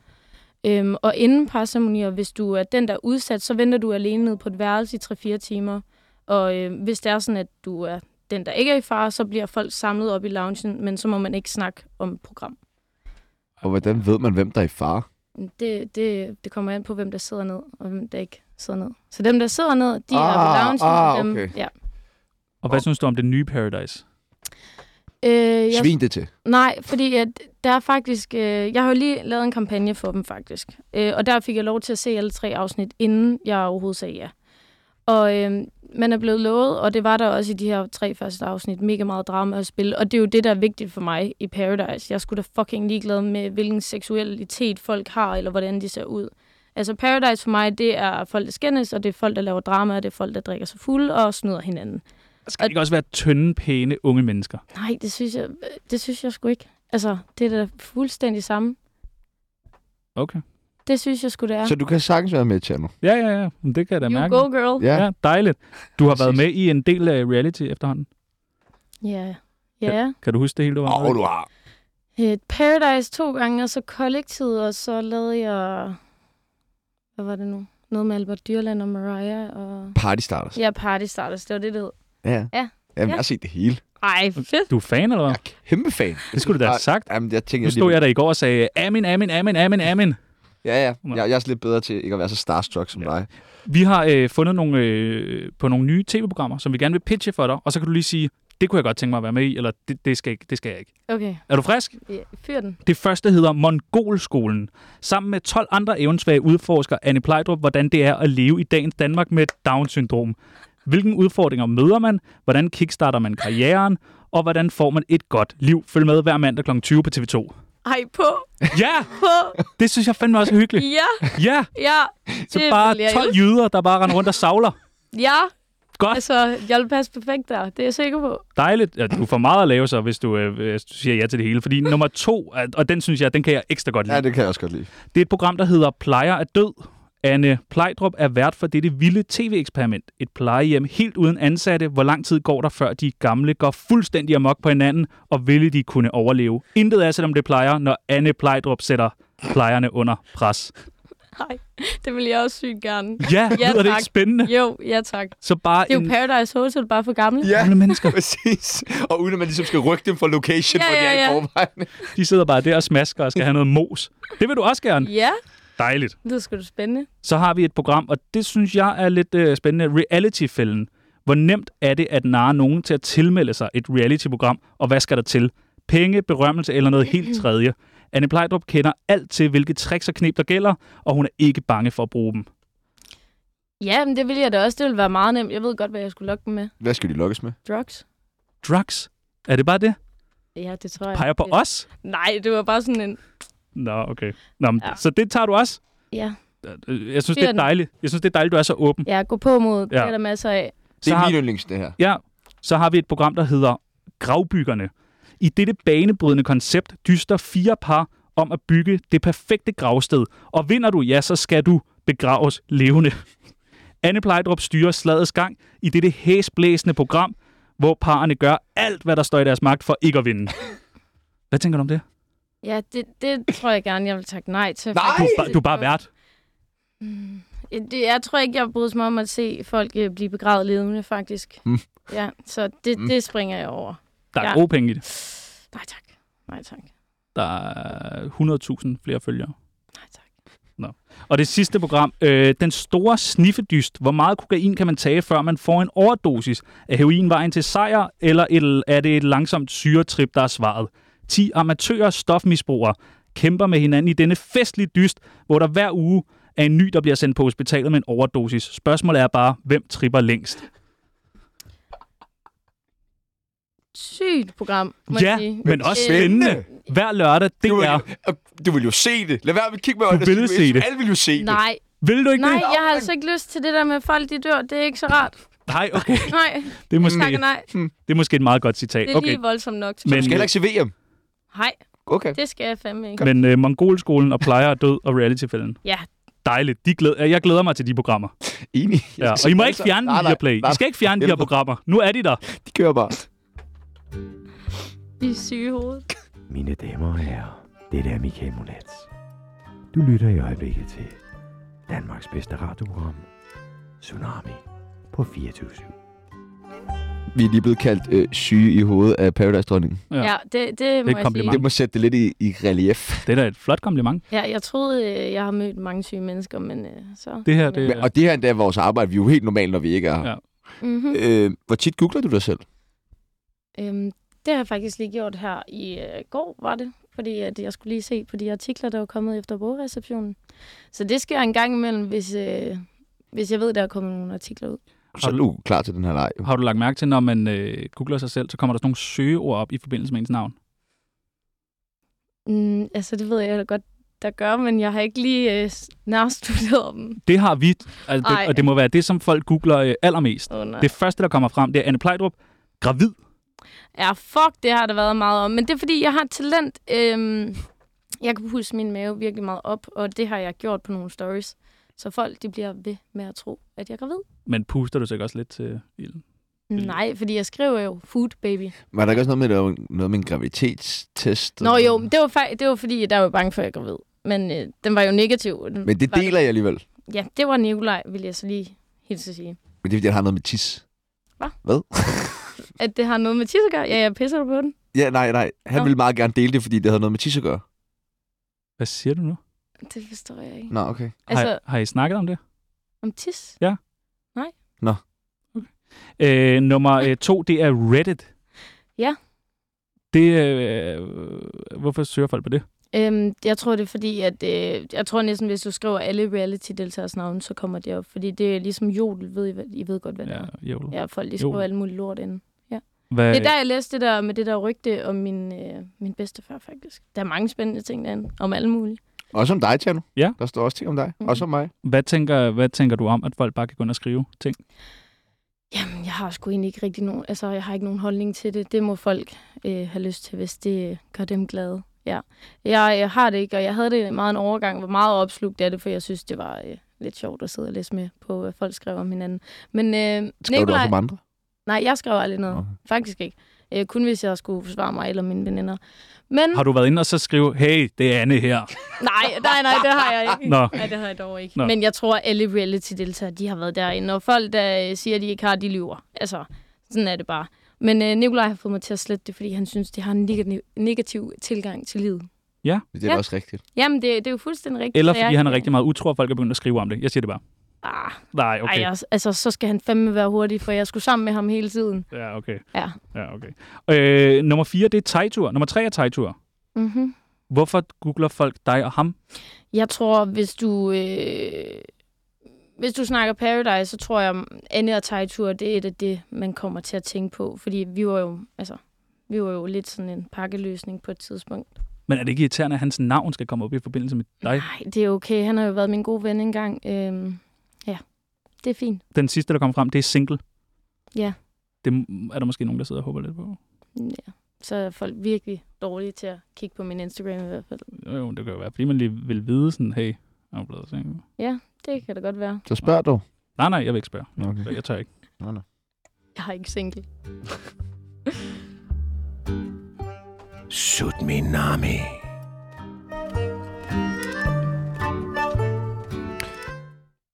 Speaker 4: Øhm, og inden parceremonier, hvis du er den, der er udsat, så venter du alene ned på et værelse i 3-4 timer. Og øh, hvis det er sådan, at du er den, der ikke er i fare, så bliver folk samlet op i loungen, men så må man ikke snakke om program.
Speaker 1: Og hvordan ved man, hvem der er i fare?
Speaker 4: Det, det, det kommer an på, hvem der sidder ned, og hvem der ikke sidder ned. Så dem, der sidder ned, de ah, er
Speaker 1: Ah,
Speaker 4: på loungen. og
Speaker 1: ah,
Speaker 4: dem,
Speaker 1: okay.
Speaker 4: ja.
Speaker 3: Og hvad synes du om det nye Paradise?
Speaker 4: øh, jeg,
Speaker 1: Svin det til.
Speaker 4: nej, fordi at der er faktisk... Øh, jeg har jo lige lavet en kampagne for dem, faktisk. Øh, og der fik jeg lov til at se alle tre afsnit, inden jeg overhovedet sagde ja. Og øh, man er blevet lovet, og det var der også i de her tre første afsnit, mega meget drama at spille. Og det er jo det, der er vigtigt for mig i Paradise. Jeg skulle da fucking ligeglad med, hvilken seksualitet folk har, eller hvordan de ser ud. Altså Paradise for mig, det er folk, der skændes, og det er folk, der laver drama, og det er folk, der drikker sig fulde og snyder hinanden.
Speaker 3: Skal det ikke også være tynde, pæne, unge mennesker?
Speaker 4: Nej, det synes jeg, øh, det synes jeg sgu ikke. Altså, det er da fuldstændig samme.
Speaker 3: Okay.
Speaker 4: Det synes jeg sgu, det er.
Speaker 1: Så du kan sagtens være med i channel.
Speaker 3: Ja, ja, ja. Men Det kan jeg da
Speaker 4: You
Speaker 3: mærke.
Speaker 4: go, girl.
Speaker 1: Ja.
Speaker 3: Ja, dejligt. Du har været
Speaker 1: Præcis.
Speaker 3: med i en del af reality efterhånden.
Speaker 4: Ja. Ja.
Speaker 3: Kan du huske det hele, du var
Speaker 1: Åh,
Speaker 3: med?
Speaker 1: oh,
Speaker 3: i?
Speaker 1: du har.
Speaker 4: Øh, Paradise to gange, og så Kollektivet, og så lavede jeg... Hvad var det nu? Noget med Albert Dyrland og Mariah, og...
Speaker 1: Party starters.
Speaker 4: Ja, Party Starters, det var det, det hed.
Speaker 1: Ja.
Speaker 4: Ja.
Speaker 1: Jamen,
Speaker 4: Ja.
Speaker 1: jeg har set det hele.
Speaker 4: Ej, fedt.
Speaker 3: Du er fan, eller hvad?
Speaker 1: Jeg er kæmpe fan.
Speaker 3: Det skulle du da have sagt.
Speaker 1: Jamen, jeg tænker,
Speaker 3: Nu stod jeg der i går og sagde, amen, amen, amen, amen, amen.
Speaker 1: Ja, ja. Jeg, jeg er også lidt bedre til ikke at være så starstruck som
Speaker 3: Ja.
Speaker 1: ja. dig.
Speaker 3: Vi har øh, fundet nogle, øh, på nogle nye tv-programmer, som vi gerne vil pitche for dig, og så kan du lige sige, det kunne jeg godt tænke mig at være med i, eller det, det, skal, ikke, det skal jeg ikke.
Speaker 4: Okay,
Speaker 3: Er du frisk?
Speaker 4: ja, fyr den.
Speaker 3: Det første hedder Mongolskolen. Sammen med 12 andre eventsvage udforsker Anne Plejdrup, hvordan det er at leve i dagens Danmark med Down-syndrom. Hvilken udfordringer møder man? Hvordan kickstarter man karrieren? Og hvordan får man et godt liv? Følg med hver mandag kl. 20 på TV2.
Speaker 4: Ej, på,
Speaker 3: Ja,
Speaker 4: på,
Speaker 3: det synes jeg fandme også er hyggeligt.
Speaker 4: ja,
Speaker 3: Ja,
Speaker 4: ja.
Speaker 3: så
Speaker 4: Det
Speaker 3: bare
Speaker 4: vil jeg
Speaker 3: 12
Speaker 4: elske.
Speaker 3: jyder, der bare render rundt og savler.
Speaker 4: Ja,
Speaker 3: Godt.
Speaker 4: altså, jeg vil passe perfekt der, det er jeg sikker på.
Speaker 3: Dejligt. Ja, du får meget at lave så, hvis du, øh, hvis du siger ja til det hele. Fordi nummer to, at- og den synes jeg, den kan jeg ekstra godt lide.
Speaker 1: Ja, det kan jeg også godt lide.
Speaker 3: Det er et program, der hedder Plejer er død. Anne Plejdrup er vært for dette vilde tv-eksperiment. Et plejehjem helt uden ansatte. Hvor lang tid går der, før de gamle går fuldstændig amok på hinanden, og ville de kunne overleve? Intet er, selvom det plejer, når Anne Plejdrup sætter plejerne under pres.
Speaker 4: Nej, det vil jeg også sygt gerne.
Speaker 3: Ja,
Speaker 4: Ja,
Speaker 3: lyder det
Speaker 4: tak.
Speaker 3: ikke spændende?
Speaker 4: Jo, ja tak.
Speaker 3: Så bare
Speaker 4: Det er jo
Speaker 3: en...
Speaker 4: Paradise Hotel, bare for gamle.
Speaker 1: Ja,
Speaker 3: Gamle mennesker,
Speaker 1: præcis. Og uden at man ligesom skal rykke dem fra location,
Speaker 4: Ja,
Speaker 1: hvor de
Speaker 4: ja,
Speaker 1: er i
Speaker 4: ja.
Speaker 1: forvejen.
Speaker 3: de sidder bare der og smasker og skal have noget mos. Det vil du også gerne.
Speaker 4: Ja,
Speaker 3: Dejligt.
Speaker 4: Det er sgu da spændende.
Speaker 3: Så har vi et program, og det synes jeg er lidt øh, spændende. Reality-fælden. Hvor nemt er det at narre nogen til at tilmelde sig et reality-program, og hvad skal der til? Penge, berømmelse eller noget helt tredje? Anne Plejdrup kender alt til, hvilke tricks og knep, der gælder, og hun er ikke bange for at bruge dem.
Speaker 4: Ja, men det ville jeg da også. Det ville være meget nemt. Jeg ved godt, hvad jeg skulle lokke dem med.
Speaker 1: Hvad skal de lukkes med?
Speaker 4: Drugs?
Speaker 3: Drugs? Er det bare det?
Speaker 4: Ja, det tror jeg.
Speaker 3: Peger på
Speaker 4: Det-
Speaker 3: os?
Speaker 4: Nej, det var bare sådan en...
Speaker 3: Nå, okay. Nå, men, ja.
Speaker 4: Ja.
Speaker 3: Så det tager du også?
Speaker 4: Ja,
Speaker 3: Øh, Jeg synes,
Speaker 4: Det er
Speaker 3: det er
Speaker 4: den.
Speaker 3: dejligt. Jeg synes, det er dejligt, du er så åben.
Speaker 4: ja gå på mod. Det
Speaker 3: Ja.
Speaker 4: er der masser af.
Speaker 1: Det
Speaker 3: Så
Speaker 1: er
Speaker 3: har,
Speaker 1: min yndlings, det her.
Speaker 3: ja, så har vi et program, der hedder Gravbyggerne. I dette banebrydende koncept dyster fire par om at bygge det perfekte gravsted. Og vinder du, ja, så skal du begraves levende. Anne Plejdrup styrer slagets gang i dette hæsblæsende program, hvor parerne gør alt, hvad der står i deres magt for ikke at vinde. Hvad tænker du om det?
Speaker 4: Ja, det, det tror jeg gerne, jeg vil takke nej til.
Speaker 1: Nej!
Speaker 4: faktisk. Mm.
Speaker 3: Du, er ba- du er bare vært.
Speaker 4: Ja, det- Jeg tror ikke, jeg bryder mig om at se folk øh, blive begravet levende, faktisk.
Speaker 1: Mm.
Speaker 4: Ja, så det,
Speaker 1: Mm.
Speaker 4: det springer jeg over.
Speaker 3: Der er
Speaker 4: Ja.
Speaker 3: gode penge i det.
Speaker 4: Nej tak. Nej tak.
Speaker 3: Der er 100.000 flere følgere.
Speaker 4: Nej tak.
Speaker 3: Og det sidste program, øh, den store sniffedyst. Hvor meget kokain kan man tage, før man får en overdosis? Er heroin vejen til sejr, eller et, er det et langsomt syretrip, der er svaret? 10 amatører og stofmisbrugere kæmper med hinanden i denne festlige dyst, hvor der hver uge er en ny, der bliver sendt på hospitalet med en overdosis. Spørgsmålet er bare, hvem tripper længst?
Speaker 4: Sygt program, må
Speaker 3: ja,
Speaker 4: jeg sige.
Speaker 3: men også
Speaker 4: Øh,
Speaker 3: spændende. Hver lørdag, det
Speaker 1: Du vil,
Speaker 3: er...
Speaker 1: jo, du vil jo se det. Lad være med at kigge med
Speaker 3: Du
Speaker 1: øjnene.
Speaker 3: ville
Speaker 1: vil-
Speaker 3: se det.
Speaker 1: Alle vil jo se det.
Speaker 4: Nej,
Speaker 3: Vil du ikke
Speaker 4: nej,
Speaker 3: det?
Speaker 4: jeg har altså ikke lyst til det der med folk, de dør. Det er ikke så rart.
Speaker 3: Nej, okay.
Speaker 4: Nej,
Speaker 3: Det er
Speaker 4: tak
Speaker 3: måske,
Speaker 4: og nej.
Speaker 3: det er måske et meget godt citat.
Speaker 4: Det er
Speaker 3: Okay.
Speaker 4: lige voldsomt nok til
Speaker 3: Men-
Speaker 1: Du
Speaker 4: mig.
Speaker 1: skal heller ikke se VM.
Speaker 4: Nej,
Speaker 1: Okay.
Speaker 4: det skal jeg fandme ikke.
Speaker 3: Men øh, mongolskolen og plejer er død og realityfælden.
Speaker 4: Ja.
Speaker 3: Dejligt. De glæder, jeg glæder mig til de programmer.
Speaker 1: Enig.
Speaker 3: Ja. Og I må ikke fjerne
Speaker 1: nej,
Speaker 3: dem
Speaker 1: nej,
Speaker 3: via Play.
Speaker 1: nej.
Speaker 3: I skal ikke fjerne de her
Speaker 1: Helvede.
Speaker 3: programmer. Nu er de der.
Speaker 1: De kører bare.
Speaker 4: I er syge i hovedet.
Speaker 8: Mine damer og herrer, det er Michael Monats. Du lytter i øjeblikket til Danmarks bedste radioprogram, Tsunami på 24
Speaker 1: Vi er lige blevet kaldt øh, syge i hovedet af Paradise-dronningen.
Speaker 3: Ja.
Speaker 4: Ja, ja det,
Speaker 3: et
Speaker 4: det, må jeg sige.
Speaker 3: kompliment.
Speaker 1: Det må sætte det lidt i, i relief.
Speaker 3: Det er da et flot kompliment.
Speaker 4: Ja, jeg troede, øh, jeg har mødt mange syge mennesker, men øh, så...
Speaker 3: Det her, det
Speaker 1: Men, og det her endda er vores arbejde. Vi er jo helt normalt, når vi ikke er her.
Speaker 3: Ja.
Speaker 4: Mm-hmm.
Speaker 1: Øh, hvor tit googler du dig selv?
Speaker 4: Øhm, det har jeg faktisk lige gjort her i øh, går, var det. Fordi at jeg skulle lige se på de artikler, der var kommet efter bogreceptionen. Så det sker en gang imellem, hvis, øh, hvis jeg ved, der er kommet nogle artikler ud.
Speaker 1: Så er du klar til den her leg. jo.
Speaker 3: har du lagt mærke til, når man øh, googler sig selv, så kommer der sådan nogle søgeord op i forbindelse med ens navn.
Speaker 4: Mm, altså, det ved jeg da godt, der gør, men jeg har ikke lige øh, s- nærstuderet dem.
Speaker 3: Det har vi, altså,
Speaker 4: Ej.
Speaker 3: det, og det må være det, som folk googler øh, allermest.
Speaker 4: Oh, nej.
Speaker 3: Det første, der kommer frem, det er Anne Plejdrup, gravid.
Speaker 4: Ja, fuck, det har der været meget om. Men det er, fordi jeg har et talent. Øhm, jeg kan huske min mave virkelig meget op, og det har jeg gjort på nogle stories. Så folk, de bliver ved med at tro, at jeg er gravid.
Speaker 3: Men puster du sikkert også lidt til ilden?
Speaker 1: Mm.
Speaker 4: Nej, fordi jeg skriver jo food baby.
Speaker 1: Var der ikke også noget med, at der var noget med en gravitetstest?
Speaker 4: Nå jo, men det var, fa- det var fordi, der var jeg bange for, at jeg er gravid. Men øh, den var jo negativ. Den
Speaker 1: Men det
Speaker 4: var-
Speaker 1: deler jeg alligevel.
Speaker 4: Ja, det var Nikolaj, vil jeg så lige hilse at sige.
Speaker 1: Men det er, fordi jeg har noget med tis.
Speaker 4: Hvad?
Speaker 1: Hvad?
Speaker 4: At det har noget med tisse at gøre? Ja, jeg pisser du på den.
Speaker 1: ja, nej, nej. Han
Speaker 4: Nå.
Speaker 1: ville meget gerne dele det, fordi det havde noget med tis at gøre.
Speaker 3: Hvad siger du nu?
Speaker 4: Det forstår jeg ikke.
Speaker 1: Nå, okay.
Speaker 4: Altså,
Speaker 3: Har, har I snakket om det?
Speaker 4: om tis?
Speaker 3: Øh, nummer øh, to, det er Reddit.
Speaker 4: Ja.
Speaker 3: Det, øh, hvorfor søger folk på det?
Speaker 4: Øhm, jeg tror, det er fordi, at øh, jeg tror næsten, hvis du skriver alle reality-deltagers navne, så kommer det op. Fordi det er ligesom jodel, ved I, hvad- I ved godt, hvad det er.
Speaker 3: jævl.
Speaker 4: Ja, folk de skriver
Speaker 3: Jodel.
Speaker 4: alle mulige lort inden.
Speaker 3: Hvad,
Speaker 4: Det er der, jeg læste det der med det der rygte om min, øh, min bedstefar, faktisk. Der er mange spændende ting derinde, om alle mulige.
Speaker 1: Også om dig, Tjerno.
Speaker 3: Ja.
Speaker 1: Der står også ting om dig.
Speaker 4: Mhm.
Speaker 1: Også om mig.
Speaker 3: hvad, tænker, hvad tænker du om, at folk bare kan gå ind og skrive ting?
Speaker 4: Jamen, jeg har sgu egentlig ikke rigtig nogen... Altså, jeg har ikke nogen holdning til det. Det må folk øh, have lyst til, hvis det øh, gør dem glade. Ja. Jeg, jeg har det ikke, og jeg havde det meget en overgang, hvor meget opslugt af det, for jeg synes, det var øh, lidt sjovt at sidde og læse med på, hvad folk skrev om hinanden. Men øh,
Speaker 1: Skriver du
Speaker 4: Nikolaj...
Speaker 1: også om andre?
Speaker 4: Nej, jeg skrev aldrig noget.
Speaker 1: Okay.
Speaker 4: Okay. Faktisk ikke. Øh, kun hvis jeg skulle forsvare mig eller mine veninder. Men...
Speaker 3: Har du været inde og så skrive, hey, det er Anne her?
Speaker 4: Nej, nej, nej, det har jeg ikke.
Speaker 3: Nå.
Speaker 4: Nej, det har jeg dog ikke.
Speaker 3: Nå.
Speaker 4: Nå. Men jeg tror, alle reality-deltagere, de har været derinde. Og folk, der øh, siger, at de ikke har, de lyver. Altså, sådan er det bare. Men øh, Nikolaj har fået mig til at slette det, fordi han synes, det har en negativ, negativ tilgang til livet.
Speaker 3: Ja.
Speaker 1: Det er ja.
Speaker 4: Ja.
Speaker 1: også rigtigt.
Speaker 4: Jamen, det, det er jo fuldstændig rigtigt.
Speaker 3: Eller
Speaker 4: så jeg-
Speaker 3: fordi han er rigtig meget utro, og folk er begyndt at skrive om det. Jeg siger det bare.
Speaker 4: Ah,
Speaker 3: Nej,
Speaker 4: okay.
Speaker 3: okay.
Speaker 4: ej, altså- altså, så skal han fandme være hurtig, for jeg skulle sammen med ham hele tiden.
Speaker 3: Ja, okay.
Speaker 4: Ja.
Speaker 3: ja okay. Øh, nummer 4, det er Tejtur. Nummer 3 er Tejtur.
Speaker 4: Mm-hmm.
Speaker 3: Hvorfor googler folk dig og ham?
Speaker 4: Jeg tror, hvis du... Øh, hvis du snakker Paradise, så tror jeg, Anne og Tejtur, det er et af det, man kommer til at tænke på. Fordi vi var jo, altså, vi var jo lidt sådan en pakkeløsning på et tidspunkt.
Speaker 3: Men er det ikke irriterende, at hans navn skal komme op i forbindelse med dig?
Speaker 4: Nej, det er okay. Han har jo været min gode ven engang. Øhm, ja, det er fint.
Speaker 3: Den sidste, der kom frem, det er single.
Speaker 4: Ja.
Speaker 3: Det m- er der måske nogen, der sidder og håber lidt på.
Speaker 4: Ja. Så er folk virkelig dårlige til at kigge på min Instagram i hvert fald.
Speaker 3: Jo, jo, det kan jo være, fordi man lige vil vide sådan, hey, er hun blevet single?
Speaker 4: Det kan da godt være.
Speaker 1: Så spørg dog.
Speaker 3: Nej, nej, jeg vil ikke spørge.
Speaker 1: Okay.
Speaker 3: Jeg tør ikke.
Speaker 1: Nå, nå.
Speaker 4: Jeg har ikke single.
Speaker 8: Sut min nami.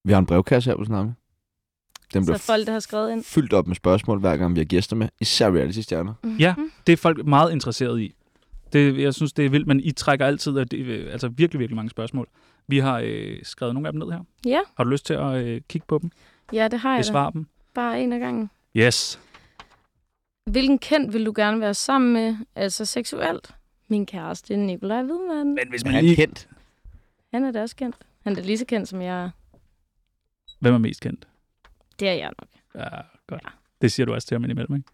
Speaker 1: Vi har en brevkasse her på Snamme. Den
Speaker 4: Så
Speaker 1: bliver
Speaker 4: folk, der har skrevet ind.
Speaker 1: fyldt op med spørgsmål, hver gang vi har gæster med. Især reality-stjerner.
Speaker 3: Ja.
Speaker 4: Mhm.
Speaker 3: Det er folk meget interesseret i. Det, jeg synes, det er vildt, men I trækker altid og det, øh, altså virkelig, virkelig mange spørgsmål. Vi har øh, skrevet nogle af dem ned her.
Speaker 4: Ja.
Speaker 3: Har du lyst til at øh, kigge på dem?
Speaker 4: Ja, det har jeg da.
Speaker 3: Besvare dem?
Speaker 4: Bare en af gangen.
Speaker 3: Yes.
Speaker 4: Hvilken kendt vil du gerne være sammen med, altså seksuelt? Min kæreste, Nikolaj Hvidmann.
Speaker 3: Men hvis
Speaker 1: Men
Speaker 3: man
Speaker 1: han
Speaker 3: lige...
Speaker 1: kendt.
Speaker 4: Han er da også kendt. Han er da lige så kendt, som jeg er.
Speaker 3: Hvem er mest kendt?
Speaker 4: Det er jeg nok.
Speaker 3: Ja, godt. Det siger du også til ham indimellem, ikke?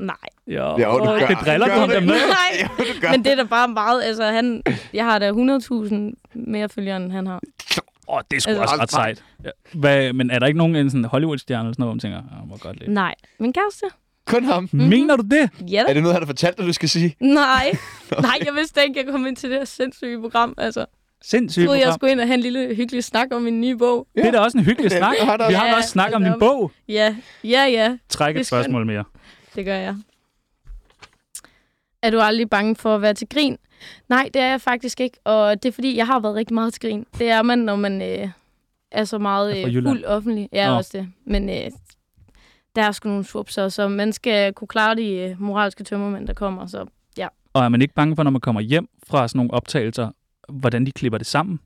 Speaker 4: Nej.
Speaker 3: Jo,
Speaker 1: Jo, du gør-
Speaker 3: det driller
Speaker 1: gør
Speaker 3: du ham
Speaker 1: det.
Speaker 3: der med.
Speaker 4: Nej,
Speaker 1: Jo, du gør.
Speaker 4: men det er da bare meget. Altså, han, jeg har da 100.000 mere følgere, end han har.
Speaker 3: Åh, oh, det er sgu
Speaker 4: Altså-
Speaker 3: også ret sejt. Ja. Hvad, men er der ikke nogen en sådan Hollywood-stjerne eller sådan noget, hvor man tænker, ah, hvor godt lidt.
Speaker 4: Nej. Min kæreste?
Speaker 1: Kun ham.
Speaker 4: Mhm.
Speaker 3: Mm. Mener du det?
Speaker 4: Ja da.
Speaker 1: Er det noget, han har fortalt dig, du skal sige?
Speaker 4: Nej. Nej, jeg vidste ikke, jeg kom ind til det her sindssyge program. Altså,
Speaker 3: Sindssygt
Speaker 4: troede jeg
Speaker 3: program.
Speaker 4: skulle ind og have en lille hyggelig snak om min nye bog.
Speaker 3: Det er da også en hyggelig
Speaker 1: Ja,
Speaker 3: snak.
Speaker 1: det har der
Speaker 3: Vi har da
Speaker 4: også.
Speaker 3: også snak om
Speaker 4: Ja,
Speaker 3: din bog.
Speaker 4: Ja, ja, ja,
Speaker 3: Træk
Speaker 4: Det er
Speaker 3: et
Speaker 4: skønt.
Speaker 3: spørgsmål mere.
Speaker 4: det gør jeg. Er du aldrig bange for at være til grin? Nej, det er jeg faktisk ikke, og det er fordi, jeg har været rigtig meget til grin. Det er man, når man øh, er så
Speaker 3: Er fra
Speaker 4: meget øh,
Speaker 3: Jylland.
Speaker 4: fuld offentlig. Ja,
Speaker 3: Nå.
Speaker 4: Nå. også det. Men øh, der er sgu nogle svupser, så man skal kunne klare de øh, moralske tømmermænd, der kommer. Så
Speaker 3: Og er man ikke bange for, når man kommer hjem fra sådan nogle optagelser, hvordan de klipper det sammen?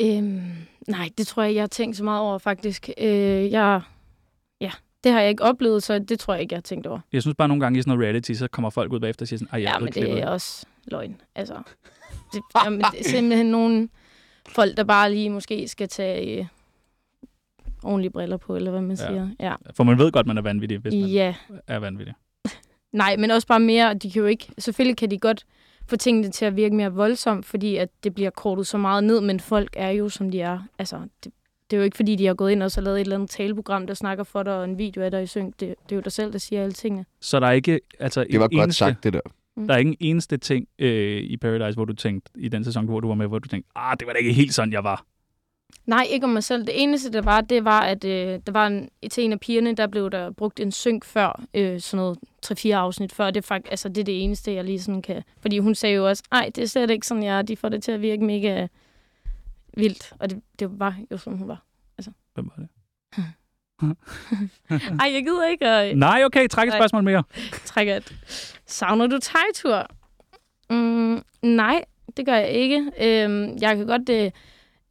Speaker 4: Øhm, nej, det tror jeg ikke, jeg har tænkt så meget over, faktisk. Øh, jeg, ja, det har jeg ikke oplevet, så det tror jeg ikke, jeg har tænkt over.
Speaker 3: Jeg synes bare nogle gange i sådan noget reality, så kommer folk ud bagefter og siger sådan, at jeg
Speaker 4: Ja,
Speaker 3: er
Speaker 4: ja
Speaker 3: blevet
Speaker 4: men det
Speaker 3: klippet.
Speaker 4: er også løgn. Altså, det, jamen, det er simpelthen nogle folk, der bare lige måske skal tage øh, ordentlige briller på, eller hvad man
Speaker 3: Ja.
Speaker 4: siger. Ja.
Speaker 3: For man ved godt, man er vanvittig, hvis man
Speaker 4: ja.
Speaker 3: er vanvittig.
Speaker 4: Nej, men også bare mere, de kan jo ikke, selvfølgelig kan de godt få tingene til at virke mere voldsomt, fordi at det bliver kortet så meget ned, men folk er jo, som de er. Altså, det, det er jo ikke, fordi de har gået ind og så lavet et eller andet taleprogram, der snakker for dig, og en video af dig i synk. Det, det er jo dig selv, der siger alle tingene.
Speaker 3: Så der er ikke altså,
Speaker 1: Det
Speaker 3: en
Speaker 1: var godt
Speaker 3: eneste,
Speaker 1: sagt, det der.
Speaker 3: Der er ikke en eneste ting øh, i Paradise, hvor du tænkte, i den sæson, hvor du var med, hvor du tænkte, ah, det var da ikke helt sådan, jeg var.
Speaker 4: Nej, ikke om mig selv. Det eneste, der var, det var, at øh, der var en, til en af pigerne, der blev der brugt en synk før, øh, sådan noget 3-4 afsnit før. Det er, fakt, altså, det er det eneste, jeg lige sådan kan... Fordi hun sagde jo også, nej, det er slet ikke sådan, jeg er. De får det til at virke mega vildt. Og det, det var jo sådan, hun var.
Speaker 3: Hvem var det?
Speaker 4: Ej, jeg gider ikke at
Speaker 3: Nej, okay, træk et
Speaker 4: Øh, Nej.
Speaker 3: spørgsmål mere.
Speaker 4: trække et. Savner du tegtur? Mm, nej, det gør jeg ikke. Øhm, jeg kan godt øh,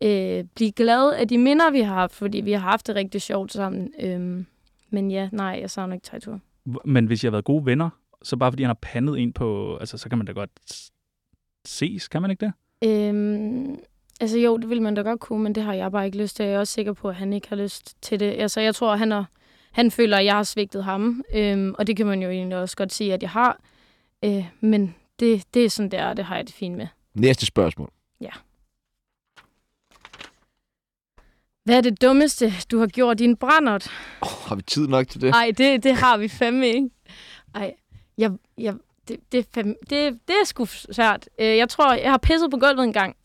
Speaker 4: øh, blive glad af de minder, vi har haft, fordi vi har haft det rigtig sjovt sammen. Øhm, men ja, nej, jeg savner ikke tegtur.
Speaker 3: H- Men hvis jeg har været gode venner, så bare fordi han har pandet en på, altså så kan man da godt s- ses, kan man ikke det?
Speaker 4: Øhm, altså jo, det ville man da godt kunne, men det har jeg bare ikke lyst til. Jeg er også sikker på, at han ikke har lyst til det. Altså jeg tror, han, er, han føler, at jeg har svigtet ham, øhm, og det kan man jo egentlig også godt sige, at jeg har. Øh, men det, det er sådan, det er, og det har jeg det fint med.
Speaker 1: Næste spørgsmål.
Speaker 4: Hvad er det dummeste, du har gjort i en brændert?
Speaker 1: Oh, har vi tid nok til det?
Speaker 4: Ej, det, det har vi fandme ikke. Ej, jeg, jeg, det, det, er fandme, det, det er sgu svært. Øh, Jeg tror, jeg har pisset på gulvet en gang.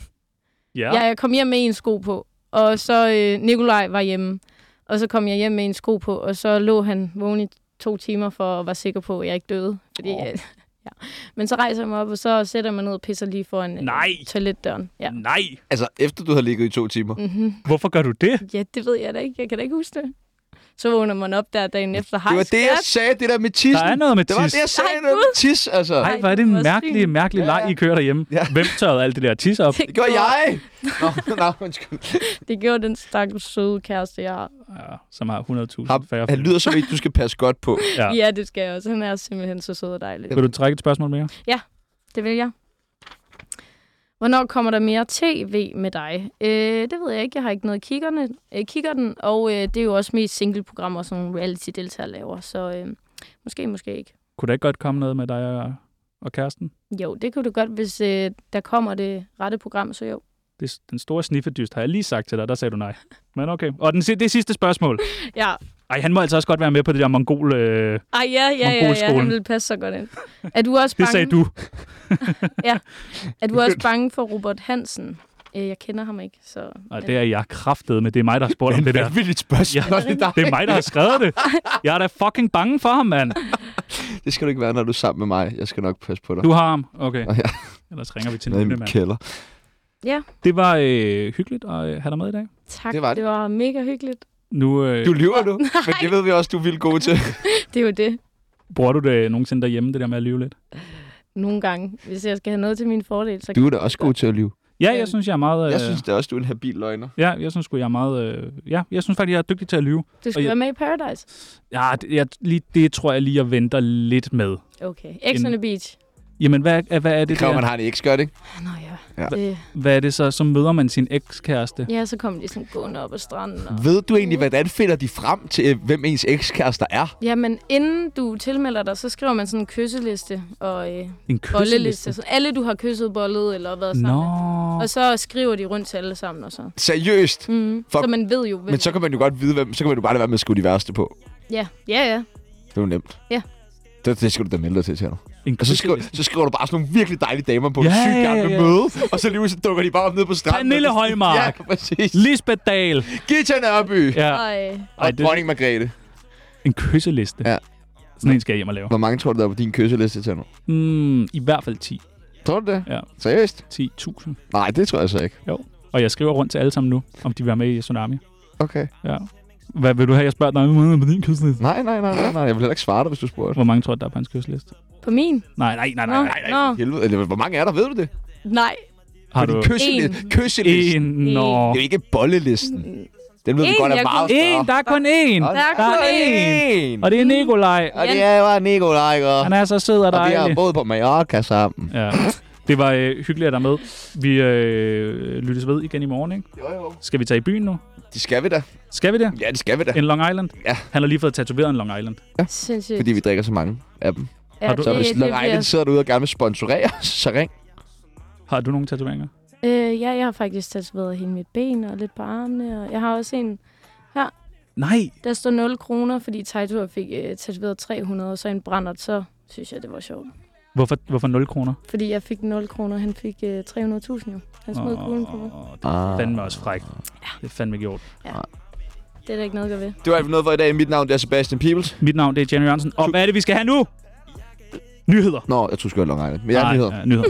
Speaker 3: Ja.
Speaker 4: Ja. Jeg, jeg kom hjem med en sko på, og så øh, Nikolaj var hjemme. Og så kom jeg hjem med en sko på, og så lå han vågen i to timer for at være sikker på, at jeg ikke døde. Fordi,
Speaker 3: Åh.
Speaker 4: oh. ja. Men så rejser jeg mig op, og så sætter jeg mig ned og pisser lige foran øh,
Speaker 3: Nej.
Speaker 4: toiletdøren. Ja.
Speaker 1: Mm.
Speaker 3: Nej,
Speaker 1: Altså, efter du har ligget i to timer.
Speaker 4: Mm-hmm.
Speaker 3: hvorfor gør du det?
Speaker 4: ja, det ved jeg da ikke. Jeg kan da ikke huske det. Så vågner man op der dagen efter. Hej,
Speaker 1: Det var det, jeg
Speaker 4: skat.
Speaker 1: sagde, det der med tissen.
Speaker 3: Der er noget med
Speaker 1: det var
Speaker 3: tis.
Speaker 1: det, jeg sagde,
Speaker 4: Ej,
Speaker 1: det der med tis, altså.
Speaker 3: Ej, hvor er det en
Speaker 4: det var
Speaker 3: mærkelig,
Speaker 4: sygt.
Speaker 3: mærkelig leg, I kører derhjemme.
Speaker 1: Ja.
Speaker 3: Hvem tørrede alt det der tis op?
Speaker 1: Det gjorde jeg. Nå, nå, undskyld.
Speaker 4: Det gjorde den stakkels søde kæreste, jeg har.
Speaker 3: Ja, som har 100.000 færre.
Speaker 1: Han, han lyder som en, du skal passe godt på.
Speaker 3: Ja.
Speaker 4: Ja. ja, det skal jeg også. Han er simpelthen så sød og dejlig.
Speaker 3: Vil du trække et spørgsmål mere?
Speaker 4: Det vil jeg. Hvornår kommer der mere tv med dig? Øh, det ved jeg ikke. Jeg har ikke noget kiggerne, øh, kigger den, og øh, det er jo også mest singleprogrammer, som reality-deltager laver, så øh, måske, måske ikke.
Speaker 3: Kunne der ikke godt komme noget med dig og, og kæresten?
Speaker 4: Jo, det kunne du godt, hvis øh, der kommer det rette program, så jo.
Speaker 3: Det, er den store sniffedyst har jeg lige sagt til dig, der sagde du nej. Men okay. Og den, si- det sidste spørgsmål.
Speaker 4: Ja,
Speaker 3: Ej, han må altså også godt være med på det der mongol... Øh,
Speaker 4: Ej, ja, ja, ja, ja,
Speaker 3: Mongolskolen.
Speaker 4: han ville passe så godt ind. Er du også
Speaker 3: det
Speaker 4: bange,
Speaker 3: sagde du.
Speaker 4: er du også bange for Robert Hansen? Øh, jeg kender ham ikke, så...
Speaker 3: Og det er jeg kraftet med. Det er mig, der har spurgt om det der.
Speaker 1: vildt spørgsmål. Ja. Det,
Speaker 3: Det er mig, der har skrevet det. Jeg er da fucking bange for ham, mand.
Speaker 1: det skal du ikke være, når du er sammen med mig. Jeg skal nok passe på dig.
Speaker 3: Du har ham? Okay.
Speaker 1: Ja.
Speaker 3: Ellers ringer vi til
Speaker 1: Nede i
Speaker 3: en
Speaker 1: min
Speaker 3: mand.
Speaker 1: kælder.
Speaker 3: Det var øh, hyggeligt at øh, have dig med i dag.
Speaker 4: Tak,
Speaker 1: Det
Speaker 4: det
Speaker 1: var
Speaker 4: var,
Speaker 1: det.
Speaker 4: det var mega hyggeligt.
Speaker 3: Nu øh,
Speaker 1: Du lyver nu, men det ved vi også, du er vildt god til.
Speaker 4: Det er jo det.
Speaker 3: bruger du det nogensinde derhjemme, det der med at lyve lidt.
Speaker 4: Nogle gange, hvis jeg skal have noget til min fordel, så
Speaker 1: Du er da også god til at lyve.
Speaker 3: Ja, jeg synes, jeg er meget... Øh,
Speaker 1: Jeg synes da også, du er en habil løgner.
Speaker 3: Ja, jeg synes sgu, jeg er meget... Øh, ja, jeg synes faktisk, jeg er dygtig til at lyve.
Speaker 4: Du
Speaker 3: Og
Speaker 4: skal
Speaker 3: jeg-
Speaker 4: være med i Paradise.
Speaker 3: Ja, det, jeg, lige, det tror jeg lige, jeg venter lidt med.
Speaker 4: Okay. Ex on
Speaker 3: En-
Speaker 4: the Beach.
Speaker 3: Jamen, hvad, er- hvad er det
Speaker 1: Krav,
Speaker 3: der?
Speaker 1: man har en ekskørt, ikke?
Speaker 4: Nå ja.
Speaker 1: Ja.
Speaker 4: ja. Det,
Speaker 3: Hvad er det så? Så møder man sin ekskæreste.
Speaker 4: ja, så kom de sådan gående op ad stranden. Og...
Speaker 1: Ved du egentlig, hvordan finder de frem til, øh, hvem ens ekskærester er?
Speaker 4: Ja, men inden du tilmelder dig, så skriver man sådan en kysseliste og øh,
Speaker 3: En kysseliste.
Speaker 4: bolleliste. Så alle, du har kysset, bollet eller været sammen
Speaker 3: Nå.
Speaker 4: med. Og så skriver de rundt til alle sammen og så.
Speaker 1: Seriøst?
Speaker 4: Mm.
Speaker 1: Fuck.
Speaker 4: Så man ved jo, hvem...
Speaker 1: Men så kan man jo godt vide, hvem, så kan man jo bare lade være med at skrive de værste på.
Speaker 4: Ja, ja, ja.
Speaker 1: Det er jo nemt.
Speaker 4: Ja.
Speaker 1: Det, det skal du da melde dig til, siger du.
Speaker 3: En
Speaker 1: Og så skriver, så skriver du bare sådan nogle virkelig dejlige damer på ja,
Speaker 3: Ja,
Speaker 1: en syg
Speaker 3: ja,
Speaker 1: gammel
Speaker 3: ja.
Speaker 1: møde, og så lige så dukker de bare op nede på stranden.
Speaker 3: Pernille Højmark.
Speaker 1: Ja, præcis.
Speaker 3: Lisbeth Dahl.
Speaker 1: Gita Nørby
Speaker 3: Ja.
Speaker 4: Ej.
Speaker 1: og
Speaker 3: Ej, det er
Speaker 1: dronning Margrethe.
Speaker 3: en kysseliste.
Speaker 1: Ja.
Speaker 3: Sådan en skal jeg hjem og lave.
Speaker 1: Hvor mange tror du, der er på din kysseliste til nu?
Speaker 3: Mm, I hvert fald 10.
Speaker 1: Tror du det?
Speaker 3: Ja.
Speaker 1: Seriøst?
Speaker 3: 10.000.
Speaker 1: Nej, det tror jeg så ikke.
Speaker 3: Og jeg skriver rundt til alle sammen nu, om de vil være med i Tsunami.
Speaker 1: Okay.
Speaker 3: Ja. Hvad vil du have, jeg spørger dig om måneder på din kysseliste?
Speaker 1: Nej, nej, nej, nej, nej. Jeg vil heller ikke svare dig, hvis du spurgte.
Speaker 3: Hvor mange tror du, der er på hans kysseliste?
Speaker 4: På min?
Speaker 3: Nej, nej, nej, nej.
Speaker 4: Nå,
Speaker 3: nej.
Speaker 4: Nå.
Speaker 1: Helvede. Eller, hvor mange er der, ved du det?
Speaker 4: Nej.
Speaker 3: Har
Speaker 1: På din
Speaker 3: du
Speaker 1: kysseliste. kysseliste.
Speaker 3: en? Nå.
Speaker 1: Det er jo ikke bollelisten. Den ved vi
Speaker 4: En,
Speaker 1: godt er
Speaker 4: jeg
Speaker 1: meget
Speaker 4: kunne-
Speaker 1: større.
Speaker 3: En, der er kun én.
Speaker 1: Og
Speaker 4: Der er
Speaker 3: Der
Speaker 4: kun
Speaker 3: er
Speaker 4: én.
Speaker 1: en.
Speaker 3: Og det er Nikolaj.
Speaker 1: Og det er bare Nikolaj, ikke?
Speaker 3: Han er så sød og
Speaker 1: Og vi har
Speaker 3: dejlig.
Speaker 1: boet på Mallorca sammen.
Speaker 3: Ja. Det var øh, hyggeligt at være med. Vi øh, lyttes ved igen i morgen, ikke?
Speaker 1: Jo, jo.
Speaker 3: Skal vi tage i byen nu?
Speaker 1: Det skal vi da.
Speaker 3: Skal vi det?
Speaker 1: Ja, det skal vi da.
Speaker 3: En Long Island?
Speaker 1: Ja.
Speaker 3: Han har lige fået tatoveret en Long Island.
Speaker 4: Sindssygt.
Speaker 1: Fordi vi drikker så mange af dem.
Speaker 4: Ja,
Speaker 3: Har du-
Speaker 1: Så
Speaker 4: det,
Speaker 1: hvis
Speaker 4: det
Speaker 1: Long Island
Speaker 4: bliver...
Speaker 1: sidder derude og gerne vil sponsorere os, så ring.
Speaker 3: Har du nogle tatoveringer?
Speaker 4: øh, ja, jeg har faktisk tatoveret hele mit ben og lidt på armene. Og jeg har også en,
Speaker 3: Nej.
Speaker 4: der står 0 kroner, fordi Taito fik øh, tatoveret 300, og så en brændert, så synes jeg, det var sjovt.
Speaker 3: Hvorfor, hvorfor 0 kroner?
Speaker 4: Fordi jeg fik 0 kroner, han fik øh, 300.000 jo. Han smed kuglen på mig.
Speaker 3: det er fandme også frækt. Det er fandme gjort.
Speaker 4: Det er der ikke noget at gøre ved.
Speaker 1: Det var alt for noget for i dag. Mit navn det er Sebastian Peebles.
Speaker 3: Mit navn det er Jenny Jørgensen. Og hvad er det, vi skal have nu? Nyheder.
Speaker 1: Nå, jeg tror sgu, jeg er Long Island. Men jeg er nyheder.
Speaker 3: ja, nyheder.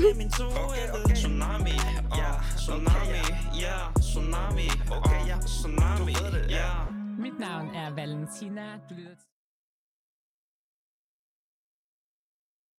Speaker 6: Mit navn er Valentina. Du lytter til